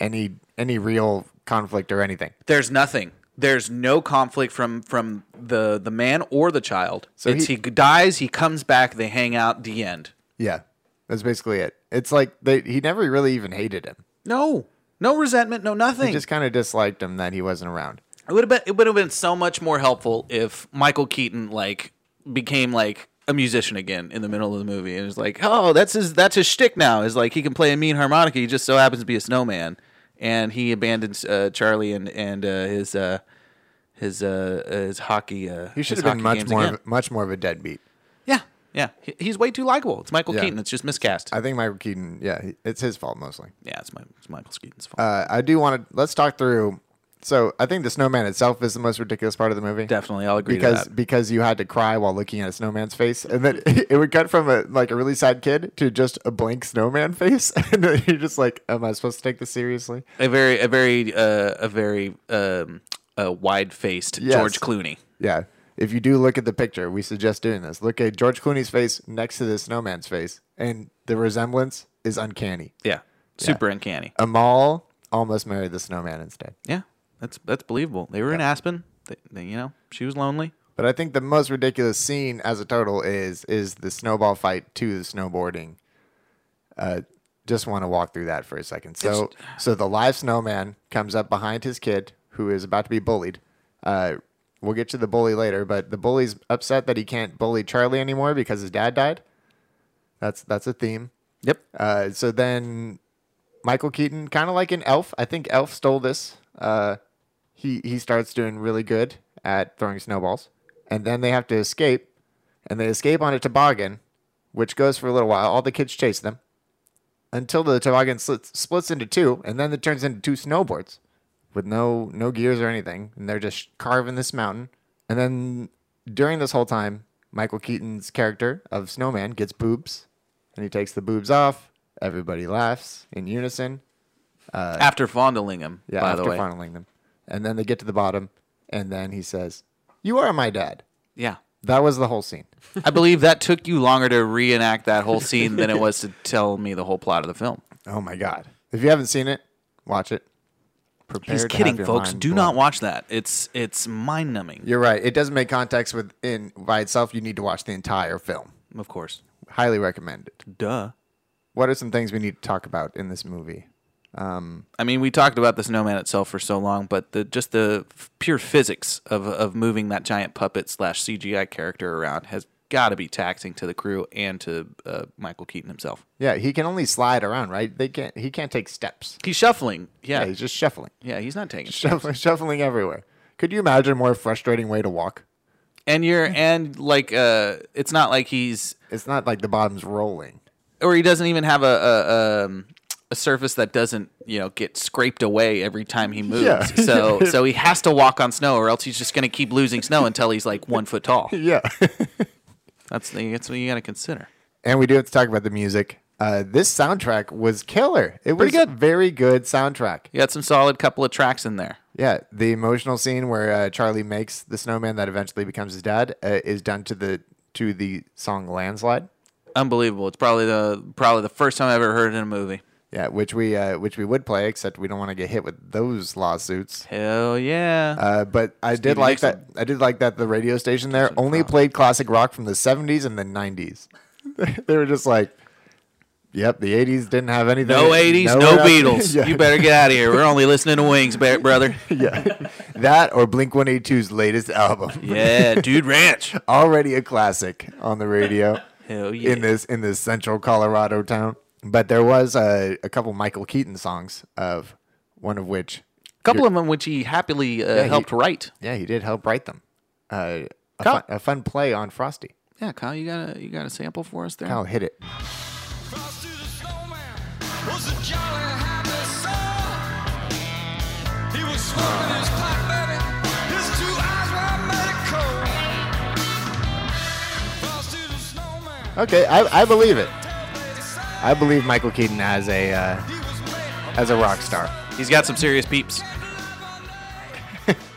S3: any any real conflict or anything.
S1: There's nothing. There's no conflict from from the the man or the child. So it's
S3: he-
S1: he, dies. He comes back. They hang out. The end.
S3: Yeah, that's basically it. It's like they, he never really even hated him.
S1: No. No resentment. No
S3: He
S1: nothing.
S3: just kind of disliked him that he wasn't around.
S1: It would have been it would have been so much more helpful if Michael Keaton like became like a musician again in the middle of the movie and is like, oh, that's his that's his shtick now is like he can play a mean harmonica. He just so happens to be a snowman, and he abandons uh, Charlie and and uh, his uh, his uh, his hockey. Uh,
S3: He should
S1: his
S3: have been
S1: hockey
S3: much
S1: games
S3: more
S1: again.
S3: of, much more of a deadbeat.
S1: yeah, yeah. He- He's way too likable. It's Michael
S3: Yeah.
S1: Keaton. It's just miscast.
S3: I think Michael Keaton. Yeah, he- it's his fault mostly.
S1: yeah, it's, my, it's Michael Keaton's fault.
S3: Uh, I do want to let's talk through. So I think the snowman itself is the most ridiculous part of the movie.
S1: Definitely, I'll agree
S3: because
S1: to that.
S3: because you had to cry while looking at a snowman's face, and then it would cut from a like a really sad kid to just a blank snowman face, and then you're just like, "Am I supposed to take this seriously?"
S1: A very a very uh, a very um, uh, wide faced
S3: Yes.
S1: George Clooney.
S3: Yeah. If you do look at the picture, we suggest doing this. Look at George Clooney's face next to the snowman's face, and the resemblance is uncanny.
S1: Yeah. Super uncanny.
S3: Amal almost married the snowman instead.
S1: Yeah. That's that's believable. They were in Aspen. They, they, you know, she was lonely.
S3: But I think the most ridiculous scene as a total is is the snowball fight to the snowboarding. Uh, just want to walk through that for a second. So so the live snowman comes up behind his kid who is about to be bullied. Uh, we'll get to the bully later, but the bully's upset that he can't bully Charlie anymore because his dad died. That's that's a theme.
S1: Yep.
S3: Uh, so then Michael Keaton, kind of like an elf. I think Elf stole this. Uh, he he starts doing really good at throwing snowballs, and then they have to escape, and they escape on a toboggan, which goes for a little while. All the kids chase them until the toboggan slits, splits into two, and then it turns into two snowboards with no no gears or anything, and they're just carving this mountain. And then during this whole time, Michael Keaton's character of Snowman gets boobs, and he takes the boobs off. Everybody laughs in unison.
S1: after fondling him,
S3: Yeah,
S1: by
S3: after
S1: the way.
S3: funneling them, and then they get to the bottom, and then he says, "You are my dad."
S1: yeah.
S3: That was the whole scene.
S1: I believe that took you longer to reenact that whole scene than it was to tell me the whole plot of the film.
S3: Oh my god! If you haven't seen it, watch it. Prepare
S1: He's
S3: to have
S1: kidding,
S3: your
S1: folks.
S3: mind
S1: Do
S3: blown.
S1: not watch that. It's it's mind numbing,
S3: You're right. It doesn't make context within by itself. You need to watch the entire film.
S1: of course.
S3: Highly recommended.
S1: Duh.
S3: What are some things we need to talk about in this movie?
S1: I mean, we talked about the snowman itself for so long, but the just the f- pure physics of of moving that giant puppet slash CGI character around has got to be taxing to the crew and to uh, Michael Keaton himself.
S3: Yeah, he can only slide around, right? They can't. He can't take steps.
S1: He's shuffling. Yeah,
S3: Yeah, he's just shuffling,
S1: yeah, he's not taking.
S3: shuffling, shuffling everywhere. Could you imagine a more frustrating way to walk?
S1: And you're and like uh, it's not like he's
S3: It's not like the bottom's rolling.
S1: or he doesn't even have a a, um, a surface that doesn't you know get scraped away every time he moves.
S3: Yeah.
S1: So so he has to walk on snow, or else he's just going to keep losing snow until he's like one foot tall.
S3: Yeah.
S1: That's the- that's what you got to consider.
S3: and we do have to talk about the music. Uh, this soundtrack was killer. It was
S1: Pretty good.
S3: very good soundtrack.
S1: You got some solid couple of tracks in there.
S3: Yeah, the emotional scene where uh, Charlie makes the snowman that eventually becomes his dad uh, is done to the to the song "Landslide."
S1: Unbelievable. It's probably the probably the first time I ever heard it in a movie.
S3: Yeah, which we uh, which we would play, except we don't want to get hit with those lawsuits.
S1: Hell yeah.
S3: Uh, but I did like
S1: Nixon.
S3: that. I did like that the radio station there only played classic rock from the '70s and the '90s. they were just like, "Yep, the '80s didn't have anything."
S1: no 80s, no,
S3: one else-
S1: Beatles.
S3: yeah,
S1: You better get out of here. We're only listening to Wings, ba- brother.
S3: that or Blink 182's latest album,
S1: Yeah, Dude Ranch.
S3: already a classic on the radio.
S1: Hell yeah.
S3: in this in this central Colorado town. But there was uh, a couple Michael Keaton songs of one of which,
S1: couple of them which he happily uh,
S3: he-
S1: helped write.
S3: yeah, he did help write them. Uh, a, fun, a fun play on Frosty.
S1: Yeah, Kyle, you got a you got a sample for us there?
S3: Kyle hit it.
S6: Frosty the Snowman was a jolly happy soul. He was smoking his pipe, baby. His two eyes were made of coal. Frosty the Snowman.
S3: Okay, I, I believe it.
S6: tell Lady Sally
S3: I believe Michael Keaton as a uh,
S6: he was made of
S3: as a rock star.
S1: He's got some serious peeps.
S6: love on earth.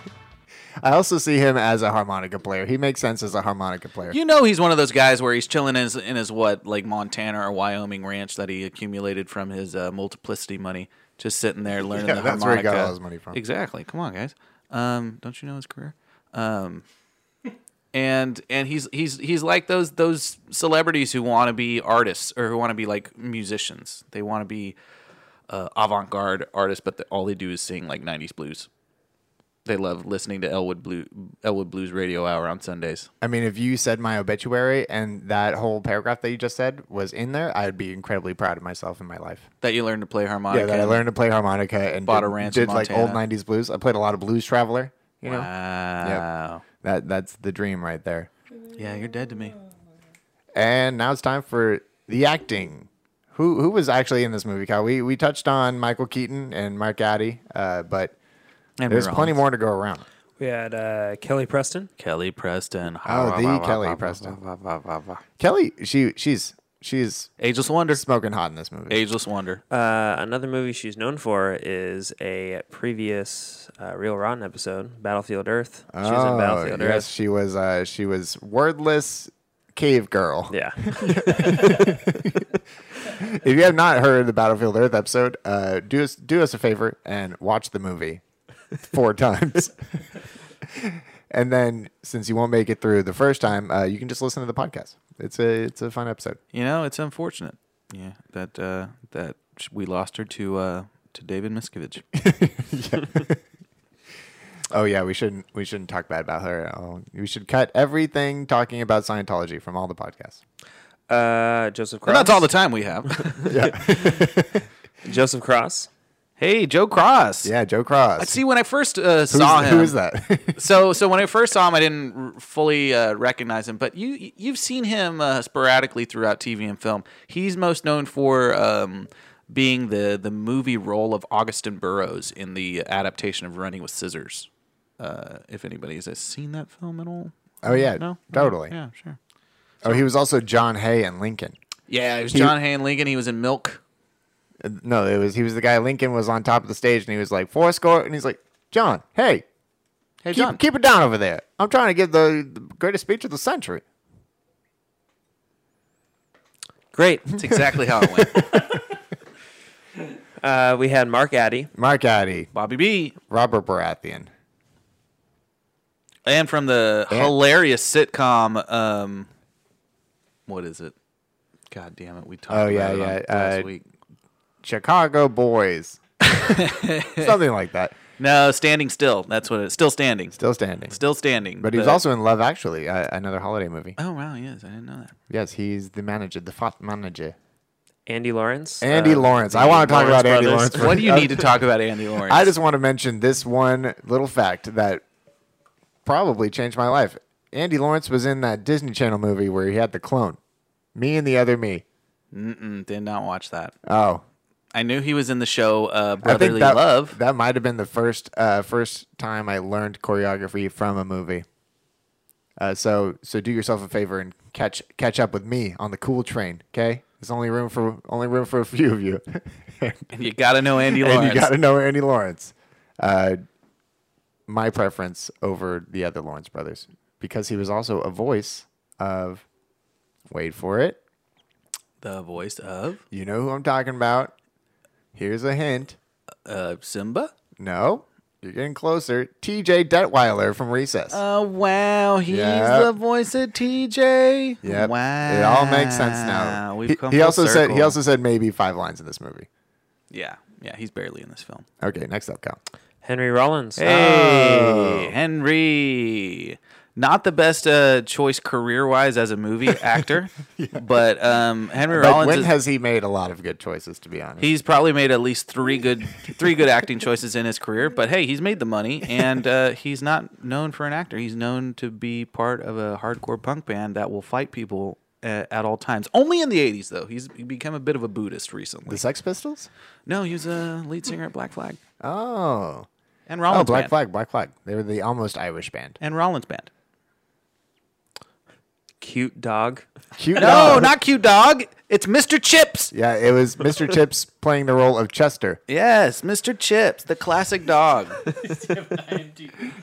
S3: I also see him as a harmonica player. He makes sense as a harmonica player.
S1: You know he's one of those guys where he's chilling in his, in his what, like Montana or Wyoming ranch that he accumulated from his uh, multiplicity money, just sitting there learning
S3: Yeah,
S1: the
S3: that's
S1: harmonica.
S3: where he got all his money from.
S1: Exactly. Come on, guys. Um, don't you know his career? Um, and and he's he's he's like those those celebrities who want to be artists or who want to be like musicians. They want to be uh, avant-garde artists, but the, all they do is sing like '90s blues. They love listening to Elwood Blue Elwood Blues Radio Hour on Sundays.
S3: I mean, if you said my obituary and that whole paragraph that you just said was in there, I'd be incredibly proud of myself in my life.
S1: That you learn to play harmonica.
S3: Yeah, that I learned to play harmonica and
S1: Bought
S3: did,
S1: a ranch in
S3: did like old
S1: Montana.
S3: '90s blues. I played a lot of Blues Traveler. You know,
S1: Wow.
S3: that that's the dream right there.
S1: Yeah, you're dead to me.
S3: And now it's time for the acting. Who who was actually in this movie, Kyle? We we touched on Michael Keaton and Mark Addy, uh, but
S1: And
S3: there's
S1: we're
S3: plenty
S1: on.
S3: more to go around.
S2: We had uh, Kelly Preston.
S1: Kelly Preston.
S3: Oh, the Kelly Preston. Kelly, she she's she's
S1: Ageless Wonder.
S3: smoking hot in this movie.
S1: Ageless Wonder.
S2: Uh, another movie she's known for is a previous uh, Real Rotten episode, Battlefield Earth. She was in Battlefield
S3: Oh, yes, she was uh, she was wordless cave girl.
S2: Earth. Yeah.
S3: If you have not heard the Battlefield Earth episode, uh, do us do us a favor and watch the movie four times. and then, since you won't make it through the first time, uh, you can just listen to the podcast. It's a it's a fun episode.
S1: You know, it's unfortunate. Yeah, that uh, that sh- we lost her to uh, to David Miscavige.
S3: Oh yeah, we shouldn't we shouldn't talk bad about her. Oh, we should cut everything talking about Scientology from all the podcasts.
S2: Uh, Joseph Cross.
S1: Well, that's all the time we have.
S2: Joseph Cross.
S1: hey, Joe Cross.
S3: Yeah, Joe Cross.
S1: I see. When I first uh,
S3: Who's-
S1: saw him,
S3: Who is that?
S1: so so when I first saw him, I didn't r- fully uh, recognize him, but you you've seen him uh, sporadically throughout TV and film. He's most known for um, being the the movie role of Augustin Burroughs in the adaptation of Running with Scissors. Uh, if anybody's has seen that film at all,
S3: oh yeah,
S1: no,
S3: totally.
S1: yeah, sure.
S3: Oh, he was also John Hay and Lincoln.
S1: Yeah, it was John Hay and Lincoln. He was in Milk.
S3: No, it was he was the guy Lincoln was on top of the stage and he was like four score and he's like John Hey.
S1: Hey,
S3: keep,
S1: John.
S3: keep it down over there. I'm trying to give the, the greatest speech of the century.
S2: Great.
S1: That's exactly how it went.
S2: Uh, we had Mark Addy.
S3: Mark Addy,
S1: Bobby B.
S3: Robert Baratheon.
S1: And from the
S3: Yeah.
S1: hilarious sitcom, um, what is it? God damn it, we talked
S3: Oh, yeah,
S1: about it
S3: yeah,
S1: on- last
S3: uh,
S1: week.
S3: Chicago Boys. Something like that.
S1: No, standing still. That's what it's still standing. Still,
S3: Still standing.
S1: standing.
S3: But he was also in Love Actually, uh, another holiday movie.
S1: Oh wow, yes, I didn't know that.
S3: Yes, he's the manager, the fat manager.
S2: Andy Lawrence.
S3: Andy
S2: uh,
S3: Lawrence.
S2: the
S3: I want to talk
S2: Lawrence
S3: about Andy
S2: brothers.
S3: Lawrence. for-
S1: What do you need to talk about Andy Lawrence?
S3: I just want to mention this one little fact that probably changed my life. Andy Lawrence was in that Disney Channel movie where he had the clone. Me and the other me.
S1: Mm, Did not watch that.
S3: Oh,
S1: I knew he was in the show uh,
S3: I think
S1: Brotherly
S3: that
S1: Love.
S3: that might have been the first uh, first time I learned choreography from a movie. Uh, so so do yourself a favor and catch catch up with me on the cool train, okay? There's only room for only room for a few of you, and
S1: and you got to know Andy Lawrence.
S3: you got to know Andy Lawrence. Uh, my preference over the other Lawrence brothers because he was also a voice of. Wait for it.
S1: the voice of
S3: You know who I'm talking about. Here's a hint.
S1: uh, Simba.
S3: No, you're getting closer. TJ Detweiler from Recess.
S1: Oh, wow. He's
S3: Yep.
S1: the voice of TJ.
S3: Yep.
S1: Wow.
S3: It all makes sense now.
S1: We've
S3: he,
S1: come
S3: he
S1: full
S3: also said he
S1: circle.
S3: also said maybe five lines in this movie.
S1: Yeah. Yeah. He's barely in this film.
S3: Okay, next up, Kyle.
S2: Henry Rollins.
S3: Oh.
S2: uh,
S1: Hey, Henry. Not the best uh, choice career wise as a movie actor, but um, Henry
S3: But
S1: Rollins
S3: when
S1: is-
S3: has he made a lot of good choices? To be honest,
S1: He's probably made at least three good three good acting choices in his career, but hey, he's made the money, and uh, he's not known for an actor. He's known to be part of a hardcore punk band that will fight people at, at all times. Only in the '80s, though, he's become a bit of a Buddhist recently.
S3: the Sex Pistols.
S1: No, he was a lead singer at Black Flag
S3: Oh,
S1: and
S3: oh,
S1: Rollins
S3: Black
S1: Band
S3: Flag, Black Flag. They were the almost Irish band.
S1: and Rollins Band.
S2: Cute dog.
S3: Cute.
S1: No,
S3: dog.
S1: not Cute Dog. It's Mr. Chips.
S3: Yeah, it was Mr. Chips playing the role of Chester.
S1: Yes, Mr. Chips, the classic dog.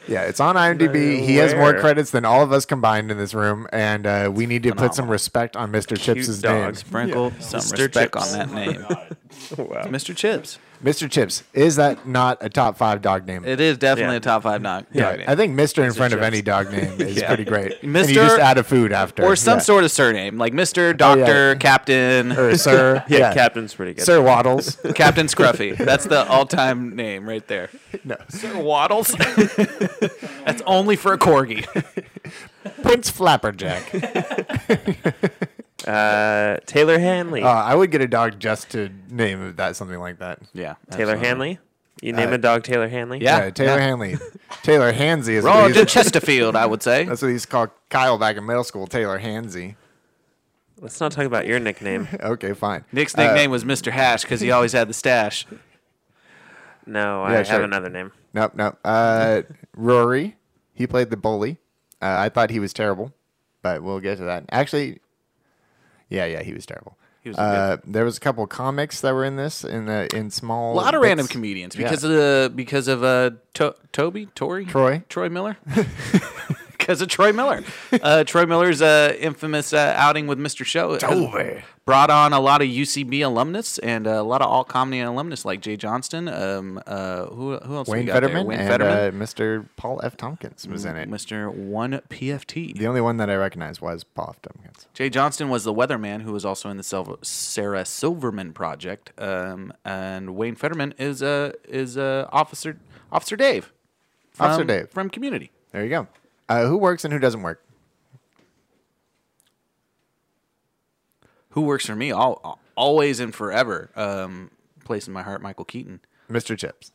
S3: Yeah, it's on IMDb. He has more
S2: Where?
S3: credits than all of us combined in this room, and uh, we need to put some respect on Mr. Chips' name.
S2: dog.
S1: Sprinkle some
S2: Mr.
S1: respect
S2: Chips.
S1: on that name. Mr. Chips.
S3: Mr. Chips, is that not a top five dog name?
S1: It is definitely
S2: Yeah.
S1: a top five knock.
S3: Yeah,
S1: dog name.
S3: I think Mister in front of
S2: Chips.
S3: any dog name is
S1: Yeah.
S3: pretty great. And you
S1: Mr.
S3: just add a food after,
S1: or some
S3: Yeah.
S1: sort of surname like Mister,
S3: Oh, yeah.
S1: Doctor, Captain,
S3: or Sir,
S2: Yeah, Captain's pretty good.
S3: Sir Waddles.
S1: Captain Scruffy. That's the all-time name right there.
S3: No.
S1: Sir Waddles. That's only for a corgi.
S3: Prince Flapperjack.
S2: Uh, Taylor Hanley.
S3: Uh, I would get a dog just to name that something like that.
S1: Yeah,
S2: Taylor Hanley. You name a dog Taylor Hanley?
S1: Yeah,
S3: Uh, Yeah, Taylor Hanley, Taylor Hansey is what
S1: Roger
S3: he's,
S1: Oh, Chesterfield, I would say.
S3: that's what he's called Kyle back in middle school. Taylor Hansey.
S2: Let's not talk about your nickname.
S3: Okay, fine. Uh,
S1: Nick's nickname was Mr. Hash because he always had the stash.
S2: No, I
S3: Yeah,
S2: have
S3: sure.
S2: another name.
S3: Nope, nope. Uh, Rory, he played the bully. Uh, I thought he was terrible, but we'll get to that. Actually, yeah, yeah, he was terrible.
S1: He was
S3: uh, there was a couple comics that were in this in the in small.
S1: A lot of
S3: bits.
S1: random comedians
S3: Yeah.
S1: because of the because of uh to- Toby Tory
S3: Troy.
S1: Troy Miller because of Troy Miller. Uh, Troy Miller's uh, infamous uh, outing with Mr. Show has
S3: Toby.
S1: brought on a lot of UCB alumnus and uh, a lot of alt comedy alumnus like Jay Johnston. Um, uh, who who else? we
S3: Wayne
S1: got there?
S3: Fetterman
S1: Wayne
S3: and
S1: Fetterman, Mm,
S3: Uh, Mr. Paul F. Tompkins was in it.
S1: Mr. One PFT.
S3: The only one that I recognized was Paul F. Tompkins.
S1: Jay Johnston was the weatherman who was also in the Sil- Sarah Silverman project, um, and Wayne Fetterman is uh, is uh, Officer Officer Dave, from,
S3: Officer Dave.
S1: from Community.
S3: Um, There you go. Uh, who works and who doesn't work?
S1: Who works for me all, always and forever? Um, place in my heart, Michael Keaton.
S3: Mr. Chips.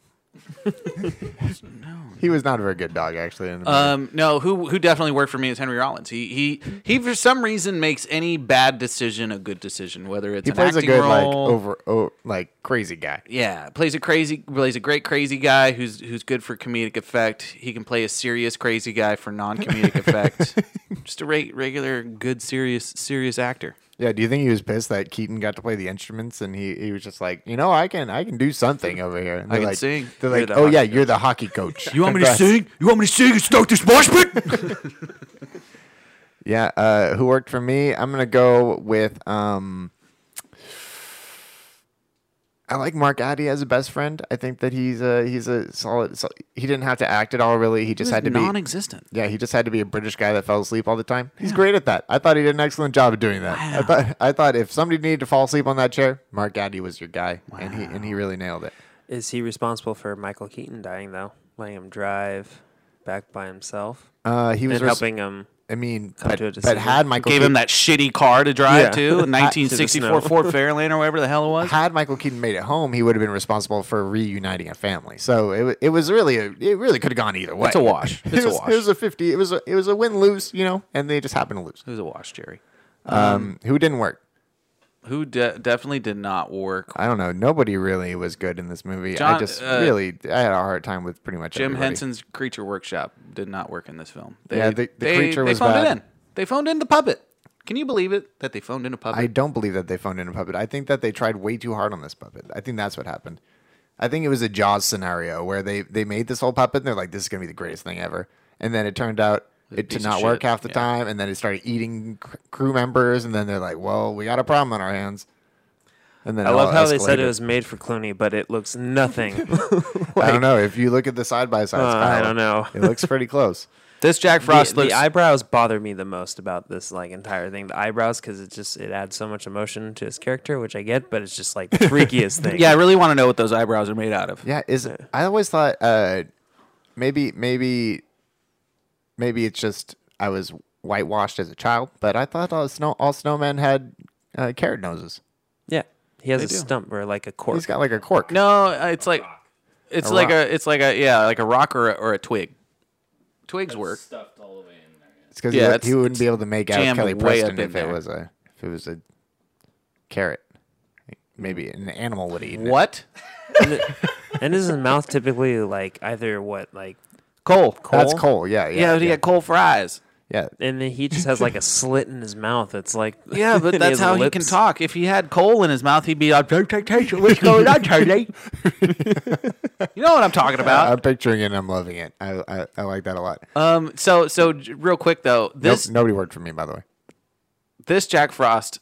S3: He was not a very good dog, actually. In the movie.
S1: Um, no, who who definitely worked for me is Henry Rollins. He he he for some reason makes any bad decision a good decision, whether it's
S3: he
S1: an
S3: plays a
S1: acting
S3: good, like
S1: role,
S3: over, oh, like crazy guy.
S1: Yeah, plays a crazy, plays a great crazy guy who's who's good for comedic effect. He can play a serious crazy guy for non-comedic effect. Just a re- regular, good, serious, serious actor.
S3: Yeah, do you think he was pissed that Keaton got to play the instruments and he, he was just like, you know, I can I can do something over here. And
S1: I
S3: they're
S1: can
S3: like,
S1: sing.
S3: They're
S2: You're
S3: like,
S2: the
S3: oh
S2: hockey
S3: yeah, you're the hockey coach.
S1: You want me to
S3: That's-
S1: sing? You want me to sing and start this mosh pit?
S3: Yeah. Uh, who worked for me? I'm gonna go with um. I like Mark Addy as a best friend. I think that he's a he's a solid. So he didn't have to act at all, really. He just had to be.
S1: non-existent.
S3: Yeah, he just had to be a British guy that fell asleep all the time. He's great at that. I thought he did an excellent job of doing that. I thought I thought if somebody needed to fall asleep on that chair, Mark Addy was your guy, and he and he really nailed it.
S2: Is he responsible for Michael Keaton dying, though? Letting him drive back by himself?
S3: Uh, he was
S2: and
S3: res-
S2: helping him.
S3: I mean,
S2: come
S3: but,
S2: to a
S3: but
S2: decision.
S3: had Michael
S1: Gave
S3: Keaton,
S1: him that shitty car to drive
S2: Yeah.
S1: to, a 1964
S2: snow.
S1: Ford Fairlane or whatever the hell it was.
S3: had Michael Keaton made it home, he would have been responsible for reuniting a family. So it, wa- it was really a, it really could have gone either way.
S1: It's a wash.
S3: It
S1: It's a
S3: was-
S1: wash.
S3: It was a fifty. It was a, it was a win lose, you know, and they just happened to lose.
S1: It was a wash, Jerry.
S3: Um, who didn't work?
S1: who de- definitely did not work.
S3: I don't know. Nobody really was good in this movie. I
S1: John-
S3: just
S1: uh,
S3: really I had a hard time with pretty much
S1: Jim
S3: everybody.
S1: Henson's Creature Workshop did not work in this film. They,
S3: Yeah, the- the
S1: they,
S3: creature
S1: they
S3: was
S1: phoned it
S3: bad.
S1: in. They phoned in the puppet. Can you believe it that they phoned in a
S3: I
S1: puppet?
S3: don't believe that they phoned in a puppet. I think that they tried way too hard on this puppet. I think that's what happened. I think it was a Jaws scenario where they they made this whole puppet and they're like, "This is gonna be the greatest thing ever," and then it turned out it
S1: piece
S3: did
S1: of
S3: not work
S1: shit.
S3: half the
S1: Yeah.
S3: time, and then it started eating cr- crew members, and then they're like, "Well, we got a problem on our hands." And then
S2: I
S3: it
S2: love
S3: all
S2: how they said it
S3: escalated.
S2: was made for Clooney, but it looks nothing.
S3: I don't know if you look at the side by side.
S2: Uh, I don't know.
S3: It looks pretty close.
S1: this Jack Frost
S2: the,
S1: looks.
S2: the eyebrows bother me the most about this like entire thing. The eyebrows because it just it adds so much emotion to his character, which I get, but it's just like the freakiest thing.
S1: yeah, I really want to know what those eyebrows are made out of.
S3: Yeah, is it? I always thought uh, maybe maybe maybe it's just I was whitewashed as a child, but I thought all snow all snowmen had uh, carrot noses.
S2: yeah. He has a
S1: do.
S2: stump or like a cork.
S3: He's got like a cork.
S1: No, uh, it's like, it's
S3: A
S1: like
S3: rock.
S1: a, it's like a, yeah, like a rock or a, or a twig. Twigs work.
S3: it's because
S1: yeah,
S3: he,
S1: it's-
S3: he wouldn't be able to make out
S1: jammed
S3: Kelly
S1: way up in
S3: Preston if
S1: there.
S3: it was a if it was a carrot. Maybe an animal would eat. it.
S1: What?
S2: and his mouth typically like either what like
S1: Coal.
S3: That's coal. Yeah, yeah.
S1: Yeah, but he had coal for eyes.
S3: yeah.
S2: and then he just has like a slit in his mouth. It's like
S1: Yeah, but
S2: and
S1: that's
S2: his
S1: how he can
S2: lips.
S1: talk. If he had coal in his mouth, he'd be like, "Hey, hey, hey, "What's going on, Charlie?" Uh, you know what I'm talking about.
S3: I'm picturing it. and I'm loving it. I I, I like that a lot.
S1: Um, so so j- real quick though,
S3: Nope,
S1: this
S3: nobody worked for me, by the way.
S1: this Jack Frost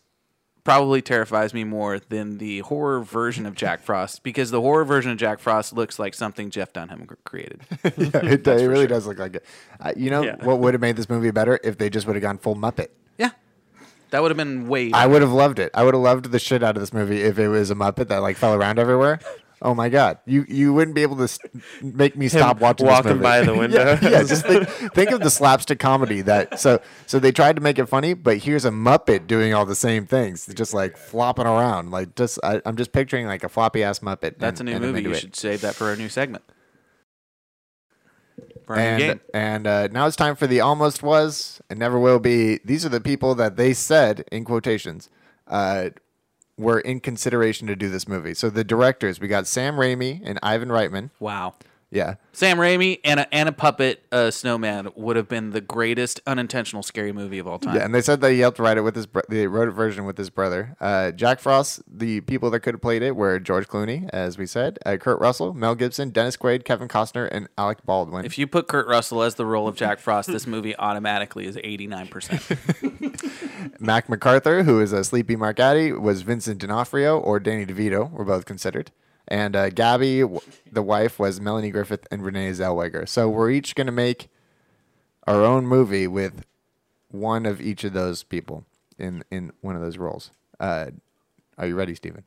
S1: probably terrifies me more than the horror version of Jack Frost because the horror version of Jack Frost looks like something Jeff Dunham cr- created.
S3: Yeah, it, it really does look like it. Uh, you know what would have made this movie better if they just would have gone full Muppet.
S1: yeah, that would have been way.
S3: I would have loved it. I would have loved the shit out of this movie if it was a Muppet that like fell around everywhere. Oh my god, you you wouldn't be able to st- make me stop watching.
S2: walking
S3: this movie.
S2: by the window.
S3: yeah, yeah, just think, think of the slapstick comedy that. So so they tried to make it funny, but here's a Muppet doing all the same things, just like flopping around, like just I, I'm just picturing like a floppy ass Muppet.
S1: that's
S3: and-
S1: a new
S3: and I'm
S1: movie. You
S3: into it.
S1: should save that for a new segment. For a new game.
S3: And, and uh, now it's time for the almost was and never will be. These are the people that they said, in quotations, uh, were in consideration to do this movie. So the directors, we got Sam Raimi and Ivan Reitman.
S1: Wow.
S3: Yeah.
S1: Sam Raimi and a, and a puppet uh, snowman would have been the greatest unintentional scary movie of all time.
S3: Yeah, and they said that he helped write it with his. Bro- they wrote a version with his brother, uh, Jack Frost. The people that could have played it were George Clooney, as we said, uh, Kurt Russell, Mel Gibson, Dennis Quaid, Kevin Costner, and Alec Baldwin.
S1: If you put Kurt Russell as the role of Jack Frost, this movie automatically is 89%.
S3: Mac MacArthur, who is a sleepy Mark Addy, was Vincent D'Onofrio or Danny DeVito, were both considered. And uh, Gabby, w- the wife, was Melanie Griffith and Renee Zellweger. So we're each going to make our own movie with one of each of those people in, in one of those roles. Uh, are you ready, Steven?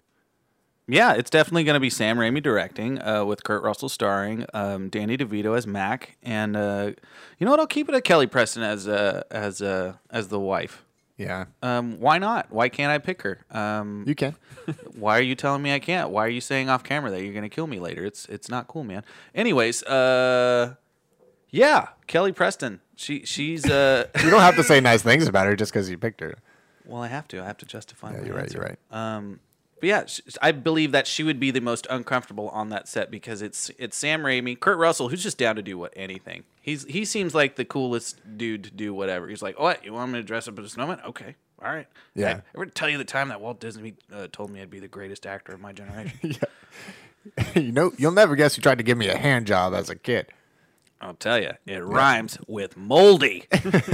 S1: yeah, it's definitely going to be Sam Raimi directing uh, with Kurt Russell starring, um, Danny DeVito as Mac, and uh, you know what? I'll keep it at Kelly Preston as uh, as uh, as the wife.
S3: Yeah.
S1: Um, why not? Why can't I pick her? Um,
S3: You can.
S1: why are you telling me I can't? Why are you saying off camera that you're gonna kill me later? It's it's not cool, man. Anyways, uh, yeah, Kelly Preston. She she's uh.
S3: You don't have to say nice things about her just because you picked her.
S1: well, I have to. I have to justify.
S3: Yeah,
S1: my
S3: you're right.
S1: answer.
S3: You're right.
S1: Um, but yeah, sh- I believe that she would be the most uncomfortable on that set because it's it's Sam Raimi, Kurt Russell, who's just down to do what anything. He's he seems like the coolest dude to do whatever. He's like, what you want me to dress up as a snowman? Okay, all right.
S3: Yeah.
S1: I, I would tell you the time that Walt Disney uh, told me I'd be the greatest actor of my generation.
S3: you know, you'll never guess who tried to give me a hand job as a kid.
S1: I'll tell you, it rhymes with moldy.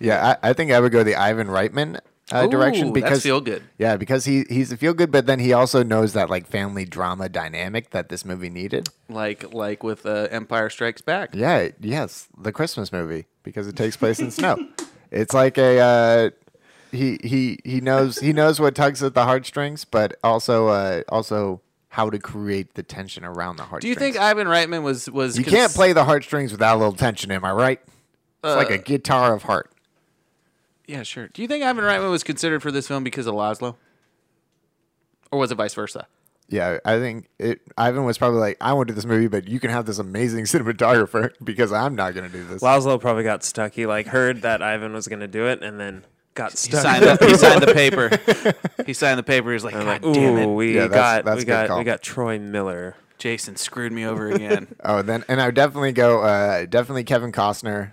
S3: Yeah, I, I think I would go the Ivan Reitman uh, direction
S1: Ooh, that's
S3: because
S1: feel good.
S3: Yeah, because he he's a feel good, but then he also knows that like family drama dynamic that this movie needed.
S1: like like with uh, Empire Strikes Back.
S3: Yeah, yes, the Christmas movie because it takes place in snow. It's like a uh, he he he knows he knows what tugs at the heartstrings, but also uh, also how to create the tension around the heartstrings.
S1: Do you think Ivan Reitman was was
S3: you
S1: cons-
S3: can't play the heartstrings without a little tension? Am I right? It's like
S1: Uh,
S3: a guitar of heart.
S1: Yeah, sure. Do you think Ivan Reitman was considered for this film because of Laszlo, or was it vice versa?
S3: Yeah, I think it. Ivan was probably like, "I want to do this movie, but you can have this amazing cinematographer because I'm not going to do this."
S2: Laszlo probably got stuck. He like heard that Ivan was gonna do it, and then got
S1: He
S2: stuck.
S1: signed, the, he signed the paper. He signed the paper. He's like, God
S2: Like,
S1: damn it.
S2: Ooh, we
S3: Yeah, that's-
S2: got
S3: that's a
S2: we
S3: good
S2: got
S3: call.
S2: we got Troy Miller.
S1: Jason screwed me over again.
S3: Oh, then and I would definitely go uh, definitely Kevin Costner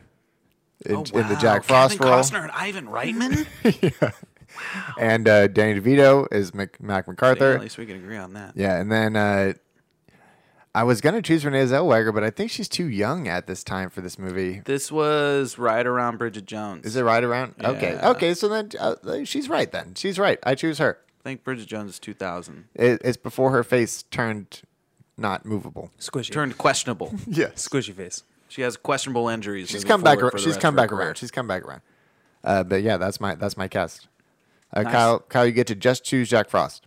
S3: in,
S1: oh,
S3: in the
S1: wow.
S3: Jack Frost
S1: Kevin
S3: role,
S1: Costner and Ivan Reitman?
S3: and uh, Danny DeVito is Mac, Mac
S1: Yeah,
S3: MacArthur.
S1: at least we can agree on that.
S3: Yeah, and then uh, I was gonna choose Renee Zellweger, but I think she's too young at this time for this movie.
S1: This was right around Bridget Jones.
S3: Is it right around? Okay,
S1: Yeah.
S3: okay. So then uh, she's right. Then she's right. I choose her.
S1: I think Bridget Jones is 2000.
S3: It, it's before her face turned not movable.
S2: Squishy.
S1: Turned questionable.
S3: Yes,
S2: squishy face.
S1: she has questionable injuries.
S3: she's
S1: moving
S3: come back.
S1: forward
S3: Ar-
S1: for the
S3: she's
S1: rest
S3: come
S1: of her
S3: back
S1: career.
S3: around. She's come back around. Uh, but yeah, that's my that's my cast. Uh,
S1: Nice.
S3: Kyle, Kyle, you get to just choose Jack Frost.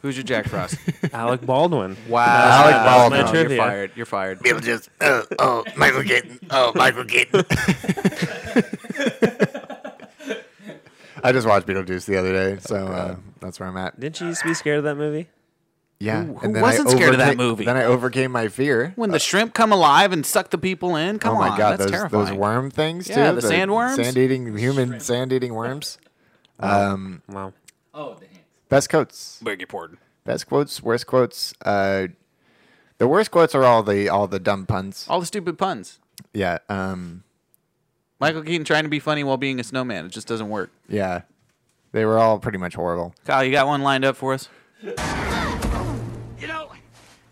S1: Who's your Jack Frost?
S2: Alec Baldwin.
S1: wow.
S3: Alec Baldwin.
S1: No, you're
S2: Trivia.
S1: fired. You're fired.
S3: just oh, oh Michael Keaton oh Michael Keaton. I just watched Beetlejuice the other day, so uh, that's where I'm at.
S2: Didn't you used to be scared of that movie?
S3: Yeah,
S1: Who- who wasn't scared of that movie?
S3: Then I overcame my fear.
S1: When the shrimp come alive and suck the people in? Come
S3: oh my
S1: on.
S3: god,
S1: that's
S3: those
S1: terrifying.
S3: those worm things too.
S1: Yeah, the sandworms?
S3: sand eating human sand eating worms. Um,
S2: Wow.
S1: Oh,
S3: Best quotes,
S1: Beg your pardon.
S3: best quotes, worst quotes. Uh, the worst quotes are all the all the dumb puns.
S1: All the stupid puns.
S3: Yeah, um,
S1: Michael Keaton trying to be funny while being a snowman. It just doesn't work.
S3: yeah, they were all pretty much horrible.
S1: Kyle, you got one lined up for us?
S5: You know,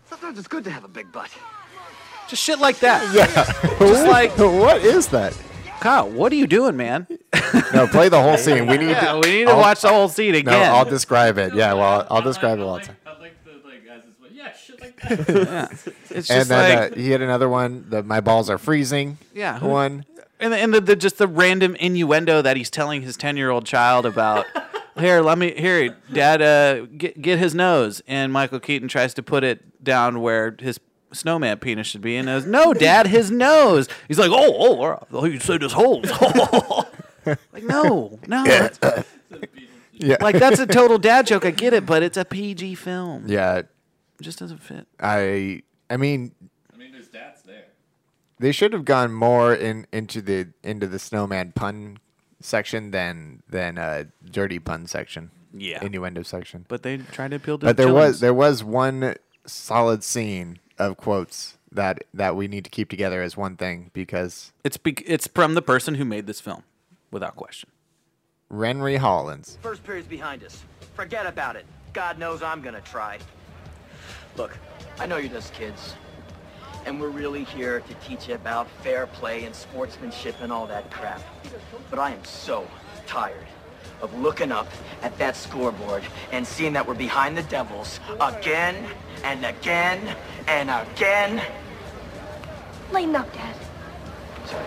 S5: sometimes it's good to have a big butt.
S1: Just shit like that. Yeah. Just like,
S3: what is that?
S1: Kyle, what are you doing, man?
S3: No, play the whole scene. We need.
S1: Yeah, we need to
S3: I'll-
S1: watch the whhole scene
S3: No,
S1: again.
S3: I'll describe it. Yeah, well, I'll describe it. While it's-
S7: I like the like guys as well. Yeah, shit like that.
S1: it's
S3: And
S1: just
S3: then
S1: like,
S3: uh, he had another one. The my balls are freezing.
S1: Yeah, who-
S3: one.
S1: and, the, and the, the just the random innuendo that he's telling his ten year old child about. here, let me here, Dad. Uh, get get his nose, and Michael Keaton tries to put it down where his snowman penis should be, and goes, "No, Dad, his nose." He's like, "Oh, oh, all right. oh you said his holes." like, no, no, that's-
S3: Yeah,
S1: like that's a total dad joke. I get it, but it's a PG film.
S3: yeah.
S1: It just doesn't fit.
S3: I I mean
S7: I mean, there's dads there.
S3: they should have gone more in into the into the snowman pun section than than uh dirty pun section.
S1: Yeah.
S3: Innuendo section. But,
S1: But they tried to appeal to. the
S3: there
S1: children.
S3: was there was one solid scene of quotes that that we need to keep together as one thing because
S1: It's be- it's from the person who made this film, without question.
S3: Renry Hollins.
S8: First period's behind us. Forget about it. God knows I'm gonna try. Look, I know you're just kids. And we're really here to teach you about fair play and sportsmanship and all that crap. But I am so tired of looking up at that scoreboard and seeing that we're behind the Devils again and again and again.
S9: Lighten up, Dad.
S8: Sorry.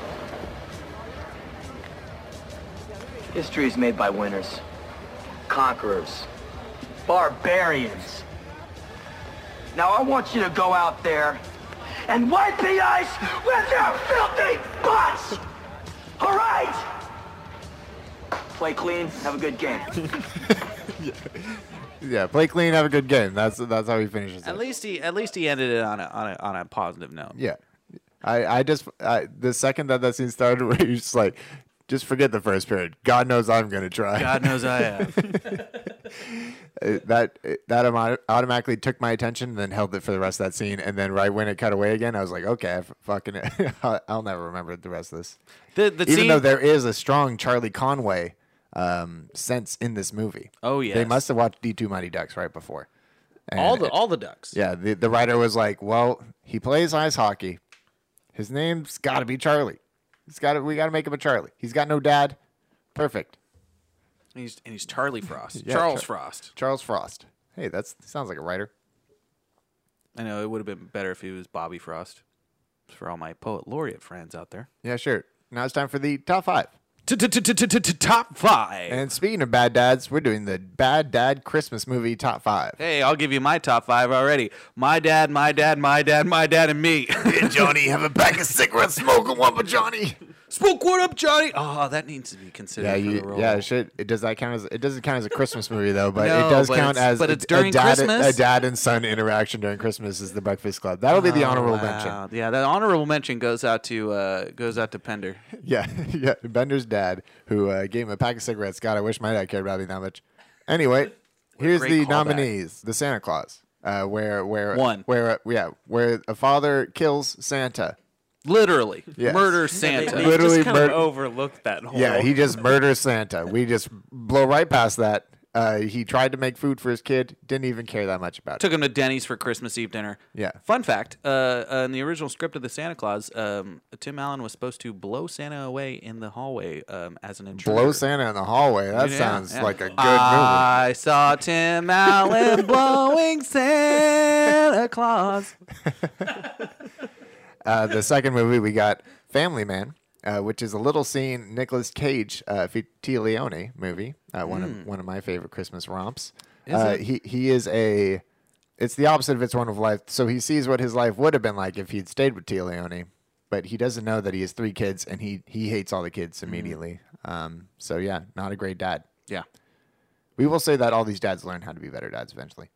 S8: History is made by winners, conquerors, barbarians. Now I want you to go out there and wipe the ice with your filthy butts! All right! Play clean, have a good game.
S3: Yeah, play clean, have a good game. That's that's how he finishes
S1: At
S3: it.
S1: least he at least he ended it on a on a, on a positive note.
S3: Yeah. I, I just I, the second that that scene started, where you just like, just forget the first period. God knows I'm gonna try.
S1: God knows I have.
S3: it- that it- that auto- automatically took my attention and then held it for the rest of that scene and then right when it cut away again i was like okay I f- fucking I'll- i'll never remember the rest of this
S1: The the
S3: even
S1: scene,
S3: though there is a strong charlie conway um, sense in this movie
S1: Oh,
S3: they
S1: yes.
S3: must have watched d2 mighty ducks right before And
S1: all the
S3: it-
S1: all the ducks.
S3: yeah the, the writer was like well he plays ice hockey his name's gotta be charlie he's gotta we gotta make him a charlie he's got no dad perfect
S1: And he's and he's Charlie Frost,
S3: Yeah,
S1: Charles
S3: Char-
S1: Frost.
S3: charles frost hey that's sounds like a writer
S1: I know it would have been better if he was Bobby Frost. For all my poet laureate friends out there.
S3: yeah sure now it's time for the top five
S1: Top five.
S3: And speaking of bad dads, we're doing the bad dad Christmas movie top five.
S1: Hey, I'll give you my top five already. My dad, my dad, my dad, my dad, and me.
S3: Johnny, have a pack of cigarettes, smoke one, but Johnny.
S1: Spook what up, Johnny? Oh, that needs to be considered.
S3: Yeah,
S1: for
S3: you,
S1: the role.
S3: yeah. It should it does that count as it doesn't count as a Christmas movie though, but
S1: No,
S3: it does
S1: but
S3: count
S1: it's-
S3: as
S1: but
S3: a-
S1: it's during
S3: a dad,
S1: Christmas?
S3: A dad and son interaction during Christmas is the Breakfast Club. That'll be the honorable mention.
S1: Wow. Yeah, that honorable mention goes out to uh, goes out to Pender.
S3: Yeah, yeah. Bender's dad, who uh, gave him a pack of cigarettes. God, I wish my dad cared about me that much. Anyway, here's
S1: great
S3: the
S1: callback.
S3: nominees: the Santa Claus, uh, where where
S1: One.
S3: where uh, yeah where a father kills Santa.
S1: Literally,
S3: Yes.
S1: murder
S2: They,
S1: Santa.
S2: they
S3: Literally
S2: just kind of
S3: mur-
S2: overlooked that whole.
S3: Yeah, he just murders Santa. We just blow right past that. Uh, he tried to make food for his kid. Didn't even care that much about it.
S1: Took him to Denny's for Christmas Eve dinner.
S3: Yeah.
S1: Fun fact: uh, uh, in the original script of the Santa Claus, um, Tim Allen was supposed to blow Santa away in the hallway um, as an intruder.
S3: Blow Santa in the hallway. That
S1: Yeah,
S3: sounds
S1: yeah. Uh,
S3: like a good
S1: I saw Tim Allen blowing Santa Claus.
S3: movie. Uh, the second movie we got Family Man, uh, which is a little seen Nicolas Cage uh, Leone movie. Uh, one
S1: Hmm.
S3: of one of my favorite Christmas romps. uh, He he is a. It's the opposite of its one of life. So he sees what his life would have been like if he'd stayed with Tia Leone, but he doesn't know that he has three kids and he he hates all the kids
S1: Hmm.
S3: immediately. Um, so yeah, not a great dad.
S1: Yeah.
S3: We will say that all these dads learn how to be better dads eventually.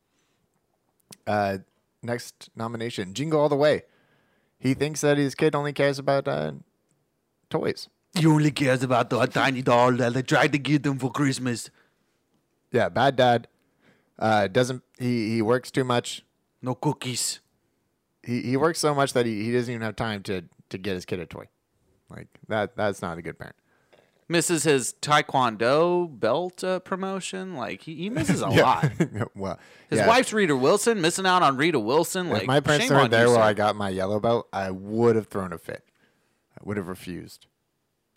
S3: Uh, next nomination, Jingle All the Way. He thinks that his kid only cares about uh, toys.
S1: He only cares about the tiny doll that I tried to give them for Christmas.
S3: Yeah, bad dad. Uh, doesn't he? He works too much.
S1: No cookies.
S3: He he works so much that he, he doesn't even have time to to get his kid a toy. Like that. That's not a good parent.
S1: Misses his Taekwondo belt uh, promotion. Like he, he misses a lot.
S3: well,
S1: His
S3: yeah.
S1: wife's Rita Wilson, missing out on Rita Wilson. Like
S3: If my parents
S1: shame on
S3: weren't there
S1: you,
S3: where
S1: sir.
S3: I got my yellow belt, I would have thrown a fit. I would have refused.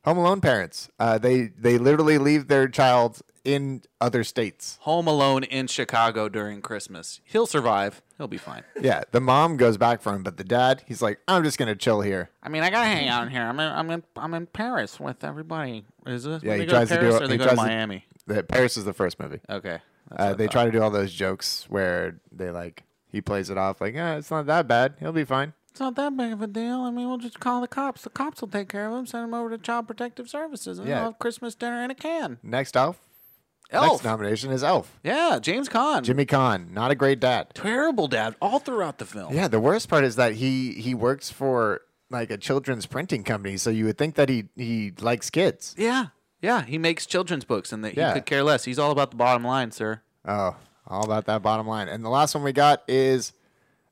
S3: Home Alone parents, uh, they they literally leave their child in other states.
S1: Home Alone in Chicago during Christmas. He'll survive. He'll be fine.
S3: Yeah, the mom goes back for him, but the dad, he's like, I'm just gonna chill here.
S1: I mean, I gotta hang out here. I'm in, I'm in, I'm in Paris with everybody. Is this
S3: Yeah,
S1: when
S3: he
S1: they go to
S3: tries to do
S1: Paris
S3: it-
S1: or they
S3: he
S1: go to
S3: tries to-
S1: Miami?
S3: The, Paris is the first movie.
S1: Okay.
S3: Uh, they try to do all those jokes where they like he plays it off like, eh, it's not that bad. He'll be fine.
S1: It's not that big of a deal. I mean, we'll just call the cops. The cops will take care of him. Send him over to Child Protective Services, and
S3: Yeah.
S1: they'll have Christmas dinner in a can.
S3: Next elf.
S1: Elf.
S3: Next nomination is Elf.
S1: yeah, James Caan.
S3: Jimmy Kahn, not a great dad.
S1: Terrible dad all throughout the film.
S3: Yeah, the worst part is that he he works for like a children's printing company, so you would think that he he likes kids.
S1: Yeah. Yeah, he makes children's books and that
S3: Yeah.
S1: he could care less. He's all about the bottom line, sir.
S3: Oh, all about that bottom line. And the last one we got is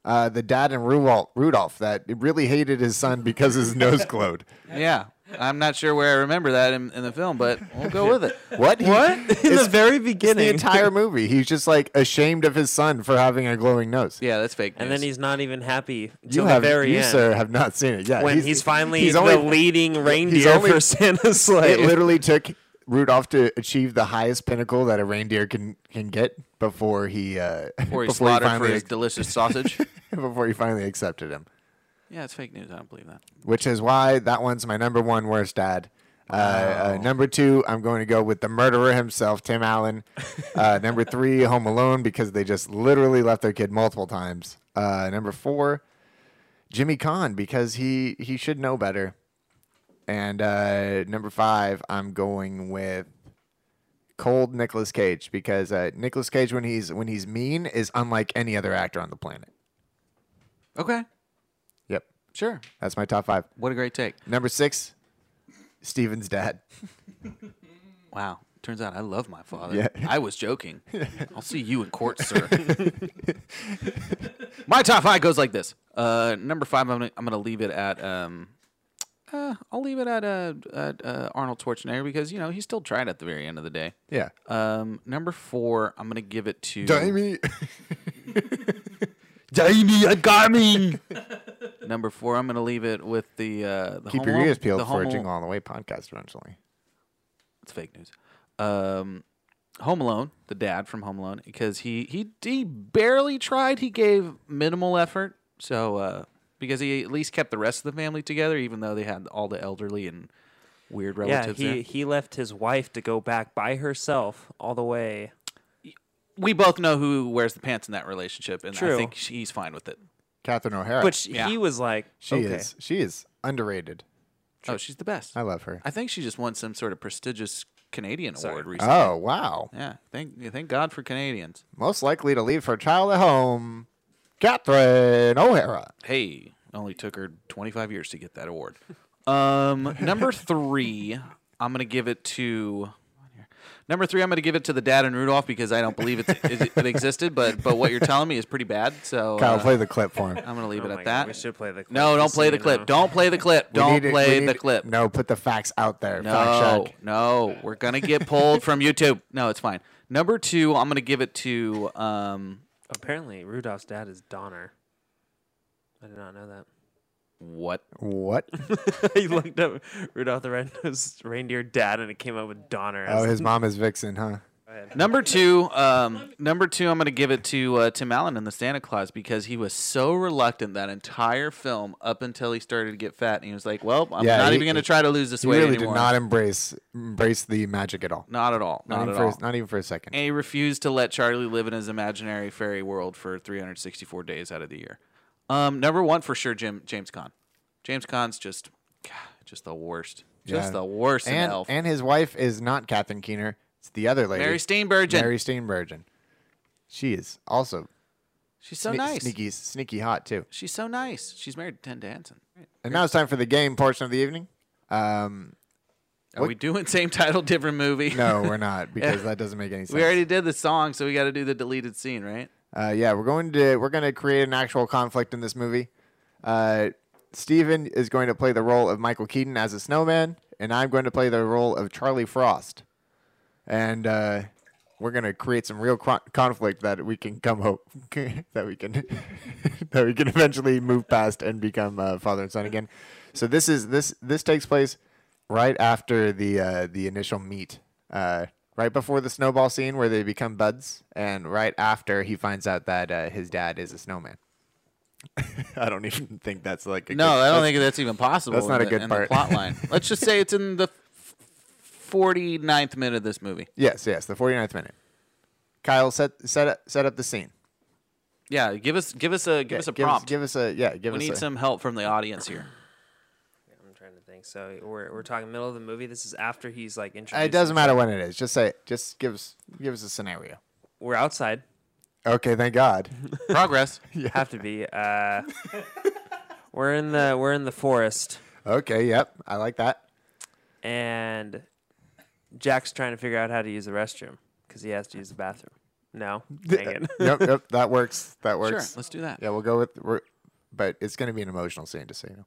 S3: uh, the dad and Rudolph, Rudolph that really hated his son because his nose glowed.
S1: Yeah. I'm not sure where I remember that in, in the film, but we'll go with it.
S3: What?
S2: What? In
S3: It's-
S2: the very
S3: It's
S2: beginning.
S3: the entire movie. He's just like ashamed of his son for having a glowing nose.
S1: Yeah, that's fake.
S2: and then he's not even happy
S3: You
S2: till the
S3: have,
S2: very
S3: you
S2: end.
S3: sir, have not seen it. Yeah,
S2: when he's, finally
S3: he's
S2: the
S3: only
S2: leading reindeer
S3: only-
S2: for Santa's sleigh.
S3: It literally took Rudolph to achieve the highest pinnacle that a reindeer can can get before he uh,
S1: Or he's
S3: before he
S1: slaughtered for
S3: finally
S1: his delicious sausage.
S3: before he finally accepted him,
S1: yeah, it's fake news. I don't believe that.
S3: which is why that one's my number one worst dad. Uh, uh, number two, I'm going to go with the murderer himself, Tim Allen. Uh, number three, Home Alone, because they just literally left their kid multiple times. Uh, number four, Jimmy Kahn, because he he should know better. And uh, number five, I'm going with cold Nicolas Cage because uh, Nicolas Cage when he's when he's mean is unlike any other actor on the planet.
S1: Okay,
S3: Yep,
S1: sure.
S3: that's my top five.
S1: What a great take.
S3: Number six, Steven's dad.
S1: Wow. Turns out I love my father.
S3: Yeah.
S1: I was joking. I'll see you in court, sir. my top five goes like this. Uh, number five, I'm gonna, I'm gonna leave it at um, uh, I'll leave it at uh, at, uh, Arnold Schwarzenegger because you know he still tried at the very end of the day.
S3: Yeah,
S1: Um, number four, I'm gonna give it to
S3: Jamie.
S1: Jamie, I got me. number four, I'm gonna leave it with the uh, the
S3: Keep
S1: Home
S3: your
S1: Alone-
S3: ears peeled
S1: the
S3: for
S1: Home
S3: a
S1: Alone-
S3: Jingle All the Way podcast eventually.
S1: it's fake news. Um, Home Alone, the dad from Home Alone, because he he he barely tried. He gave minimal effort. So uh, because he at least kept the rest of the family together, even though they had all the elderly and weird
S2: yeah,
S1: relatives.
S2: he,
S1: there.
S2: he left his wife to go back by herself all the way.
S1: we both know who wears the pants in that relationship, and I
S2: True.
S1: think she's fine with it. Oh,
S3: Catherine O'Hara.
S2: But sh-
S1: Yeah.
S2: he was like,
S3: she
S2: okay.
S3: is she is underrated.
S1: Oh, she's the best.
S3: I love her.
S1: I think she just won some sort of prestigious Canadian award recently.
S3: Oh, wow.
S1: Yeah, thank thank God for Canadians.
S3: Most likely to leave her child at home, Catherine O'Hara.
S1: Hey, only took her 25 years to get that award. Um, number three, I'm gonna give it to. Number three, I'm gonna give it to the dad and Rudolph because I don't believe it's, it, it existed, but but what you're telling me is pretty bad. So
S3: Kyle,
S1: uh,
S3: play the clip for him.
S1: I'm gonna leave
S2: Oh
S1: it
S2: my
S1: at
S2: God,
S1: that.
S2: we should play the clip
S1: No, don't
S2: just so
S1: play
S2: you
S1: the clip.
S2: know.
S1: Don't play the clip.
S3: We
S1: Don't
S3: need it- we
S1: play the
S3: need-
S1: clip.
S3: No, put the facts out there. Fact
S1: No,
S3: check.
S1: no, we're gonna get pulled from YouTube. No, it's fine. Number two, I'm gonna give it to. Um,
S2: Apparently, Rudolph's dad is Donner. I did not know that.
S1: what?
S3: What?
S2: he looked up Rudolph the Red-Nosed Reindeer dad, and it came up with Donner.
S3: Oh, his mom is Vixen, huh?
S1: Number two, um, number two, I'm gonna give it to uh, Tim Allen in the Santa Claus because he was so reluctant that entire film up until he started to get fat, and he was like, "Well, I'm
S3: Yeah,
S1: not
S3: he-
S1: even gonna try to lose this
S3: He
S1: weight
S3: really
S1: anymore.
S3: did not embrace embrace the magic at all.
S1: Not at all. Not,
S3: even
S1: at
S3: for
S1: all.
S3: A, not even for a second.
S1: and he refused to let Charlie live in his imaginary fairy world for 364 days out of the year. Um, number one for sure, Jim James Con. James Con's just, God, just the worst. Just
S3: Yeah.
S1: the worst in
S3: and,
S1: Elf.
S3: and his wife is not Catherine Keener. It's the other lady,
S1: Mary Steenburgen.
S3: Mary Steenburgen. She is also
S1: She's so
S3: sne-
S1: nice.
S3: sneaky, sneaky hot too.
S1: She's so nice. She's married to Ted Danson.
S3: And now it's time for the game portion of the evening. Um,
S1: Are we doing same title, different movie?
S3: no, we're not because that doesn't make any sense.
S1: we already did the song, so we got to do the deleted scene, right?
S3: Uh, yeah, we're going to we're going to create an actual conflict in this movie. Uh, Steven is going to play the role of Michael Keaton as a snowman, and I'm going to play the role of Charlie Frost. And uh, we're going to create some real cro- conflict that we can come hope that we can that we can eventually move past and become uh, father and son again. So this is this this takes place right after the uh, the initial meet, uh, right before the snowball scene where they become buds, and right after he finds out that uh, his dad is a snowman. I don't even think that's like a
S1: No, I don't
S3: that's-
S1: think that's even possible.
S3: that's
S1: in
S3: not a
S1: the-
S3: good
S1: in
S3: part.
S1: The plot line. Let's just say it's in the f- 49th minute of this movie.
S3: Yes, yes, the 49th minute. Kyle set set up, set up the scene.
S1: Yeah, give us give us a give us a
S3: give
S1: prompt.
S3: give us a yeah. Give
S1: we
S3: us
S1: need
S3: a,
S1: some help from the audience here.
S2: I'm trying to think. So we're we're talking middle of the movie. This is after he's like introduced.
S3: It doesn't matter when it is. Just say. Just give us give us a scenario.
S2: We're outside.
S3: Okay, thank God.
S1: Progress.
S2: Have to be. Uh, we're in the we're in the forest,
S3: okay, yep, I like that.
S2: and Jack's trying to figure out how to use the restroom because he has to use the bathroom. No, dang it.
S3: yep, yep, that works. That
S1: sure,
S3: works.
S1: let's do that.
S3: Yeah, we'll go with. We're, but it's going to be an emotional scene, just so you know.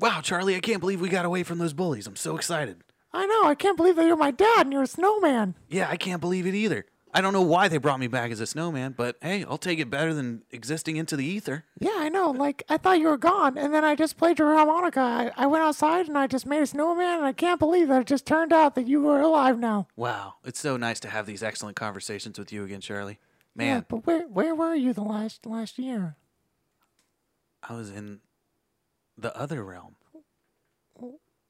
S1: Wow, Charlie, I can't believe we got away from those bullies. I'm so excited.
S3: I know. I can't believe that you're my dad and you're a snowman.
S1: Yeah, I can't believe it either. I don't know why they brought me back as a snowman, but hey, I'll take it better than existing into the ether.
S3: Yeah, I know. Like I thought you were gone, and then I just played your harmonica. I, I went outside and I just made a snowman, and I can't believe that it just turned out that you were alive now.
S1: Wow, it's so nice to have these excellent conversations with you again, Charlie. Man,
S3: but where where were you the last last year?
S1: I was in the other realm.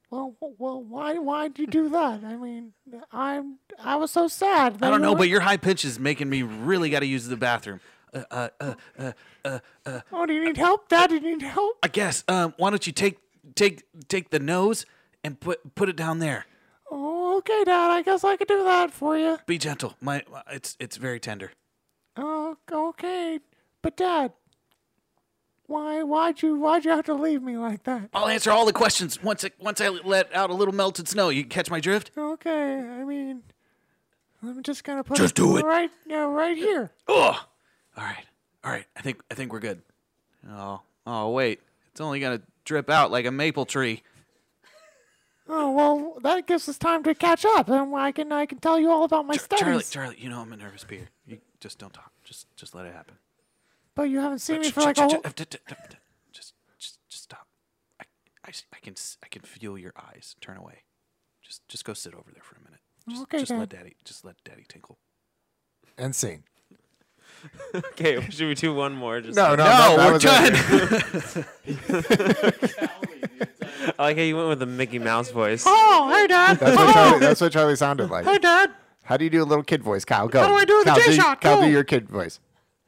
S3: Well, well, why why would you do that? I mean, I'm I was so sad.
S1: I don't know, but your high pitch is making me really got to use the bathroom. Uh, uh, uh, uh, uh, uh,
S3: oh, do you need help, Dad? Do you need help?
S1: I guess. Um, why don't you take take take the nose and put put it down there?
S3: Oh, okay, Dad. I guess I could do that for you.
S1: Be gentle. My it's it's very tender.
S3: Oh, okay. But Dad, why why'd you why'd you have to leave me like that?
S1: I'll answer all the questions once I, once I let out a little melted snow. You catch my drift?
S3: Okay, I mean, I'm just gonna put
S1: Just do it.
S3: right now, right here.
S1: Oh, all right, all right. I think I think we're good. Oh, oh wait, it's only gonna drip out like a maple tree.
S3: Oh well, that gives us time to catch up, and I can I can tell you all about my
S1: Char-
S3: studies.
S1: Charlie, Charlie, you know I'm a nervous beer. You just don't talk. Just just let it happen.
S3: But you haven't seen me
S1: Ch-
S3: for
S1: ch-
S3: like
S1: ch-
S3: a whole.
S1: just just just stop. I, I, s- I can s- I can feel your eyes turn away. Just just go sit over there for a minute. Just,
S3: Okay,
S1: just let
S3: Dad.
S1: daddy just let daddy tinkle.
S3: And scene.
S2: Okay, should we do one more? Just
S3: No, no,
S1: No,
S3: that, that
S1: Oh, we're
S3: was it.
S1: done.
S2: I like how you went with a Mickey Mouse voice.
S3: Oh, hey, Dad. That's what Charlie, that's what Charlie sounded like. Hey, Dad. How do you do a little kid voice, Kyle? Go. How
S2: do I do the
S3: Kyle,
S2: J-Shock?
S3: Kyle,
S2: Go.
S3: do your kid voice.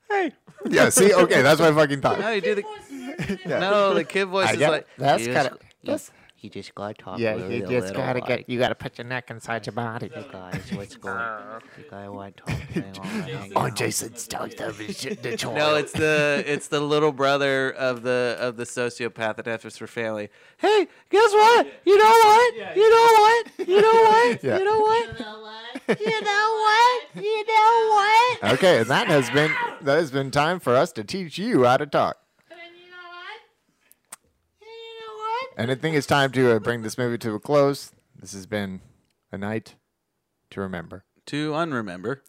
S3: Hey. Yeah. See. Okay. That's what I fucking thought.
S1: No, you do the. No, the kid voice
S3: I
S1: is
S3: get
S1: like.
S3: it. That's
S1: "Yes,
S3: kinda-
S1: y-
S3: that's-
S10: you just got talk.
S3: Yeah,
S10: really
S3: you
S10: a
S3: just
S10: little,
S3: gotta get.
S10: like,
S3: You gotta put your neck inside your body.
S10: You guys, what's going? you guys want to talk?
S3: Oh, Jason Statham is the toy.
S1: No, it's the it's the little brother of the of the sociopath that enters for family. Hey, guess what? You know what? You know what? You know what?
S3: Yeah.
S1: You know what? You know what? You know what?
S3: Okay, and that has been that has been time for us to teach you how to talk. And I think it's time to uh, bring this movie to a close. This has been a night to remember.
S1: To unremember.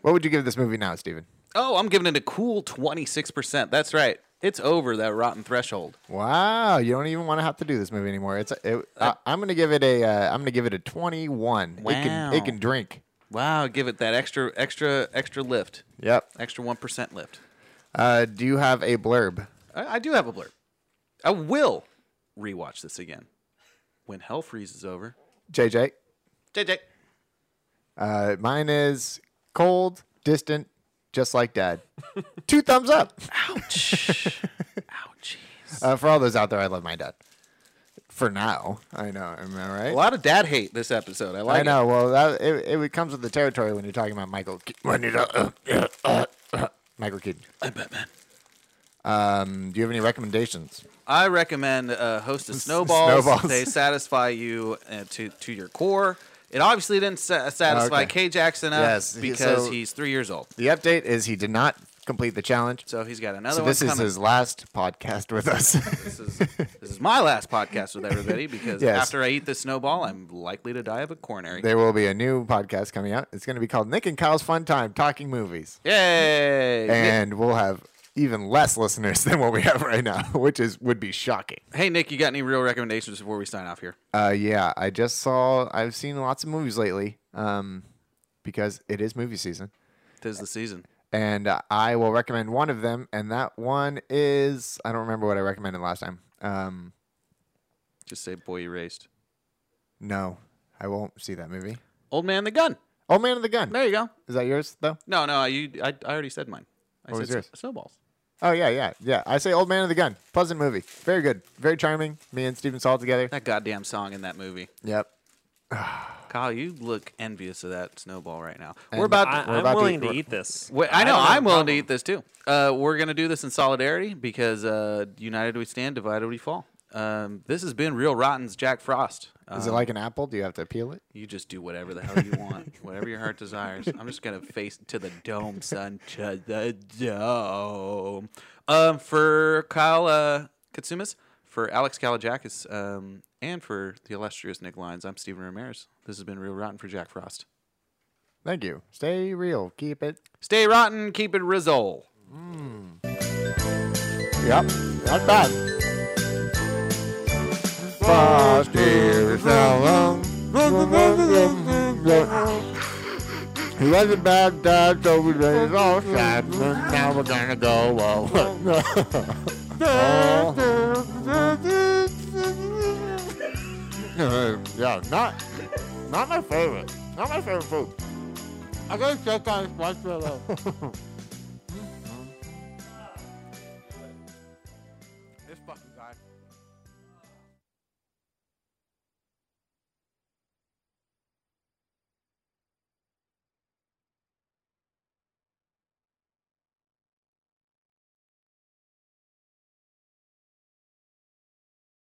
S3: What would you give this movie now, Steven?
S1: Oh, I'm giving it a cool 26%. That's right. It's over that rotten threshold.
S3: Wow, you don't even want to have to do this movie anymore. It's it, I, I'm gonna give it a uh, I'm gonna give it a 21. It can it
S1: Wow.
S3: can drink.
S1: Wow, give it that extra extra extra lift.
S3: Yep.
S1: Extra 1% lift.
S3: Uh, do you have a blurb?
S1: I, I do have a blurb. I will rewatch this again when hell freezes over.
S3: JJ.
S1: JJ.
S3: Uh, mine is cold, distant, just like dad. Two thumbs up.
S1: Ouchie.
S3: Uh, for all those out there, I love my dad. For now, I know. Am I right?
S1: A lot of dad hate this episode. I like
S3: I know. Well, that, it, it comes with the territory when you're talking about Michael. Ke- When you're, uh, uh, uh, uh, Michael Keaton.
S1: it. I bet, man.
S3: Um, do you have any recommendations?
S1: I recommend uh, host of snowballs.
S3: Snowballs.
S1: They satisfy you uh, to to your core. It obviously didn't sa- satisfy
S3: Okay.
S1: K Jackson up
S3: Yes, he-
S1: because
S3: so-
S1: he's three years old.
S3: The update is he did not complete the challenge.
S1: So he's got another
S3: So
S1: one
S3: this is
S1: coming.
S3: his last podcast with us.
S1: this is this is my last podcast with everybody because
S3: Yes.
S1: after I eat this snowball, I'm likely to die of a coronary.
S3: there will be a new podcast coming out. It's going to be called Nick and Kyle's Fun Time Talking Movies.
S1: Yay!
S3: And we'll have even less listeners than what we have right now, which is would be shocking.
S1: hey Nick, you got any real recommendations before we sign off here?
S3: Uh, yeah, I just saw. I've seen lots of movies lately. Um, because it is movie season,
S1: Tis the season.
S3: and uh, I will recommend one of them, and that one is I don't remember what I recommended last time. Um,
S1: Just say boy erased.
S3: no, I won't see that movie.
S1: Old man, the gun.
S3: Oh, Man of the Gun.
S1: There you go.
S3: Is that yours though?
S1: No, no, you. I, I already said mine. I
S3: What
S1: said
S3: was yours?
S1: s- snowballs.
S3: Oh yeah, yeah, yeah. I say Old Man of the Gun. Pleasant movie. Very good. Very charming. Me and Steven saw it together.
S1: That goddamn song in that movie.
S3: Yep.
S1: Kyle, you look envious of that snowball right now.
S3: And
S1: we're about.
S2: I,
S1: To,
S3: We're
S2: I'm
S3: about to
S2: willing
S3: eat-
S2: to eat this.
S1: Wait, I know.
S2: don't have
S1: I'm
S2: a
S1: willing to
S2: problem.
S1: eat this too. Uh, we're gonna do this in solidarity because uh, united we stand, divided we fall. Um, this has been real rotten's Jack Frost. Um,
S3: Is it like an apple? Do you have to peel it?
S1: you just do whatever the hell you want, whatever your heart desires? I'm just gonna face to the dome, son, to the dome. Um, for Kyle uh, Katsumas, for Alex Kalajakis, um, and for the illustrious Nick Lyons, I'm Stephen Ramirez. This has been real rotten for Jack Frost.
S3: Thank you. Stay real. Keep it.
S1: Stay rotten, keep it rizzle.
S3: Yep. Not bad. He was a bad dad, so we made it all sad. Now we're gonna go yeah, not not my favorite. Not my favorite food. I gotta check on marshmallow. This fucking guy.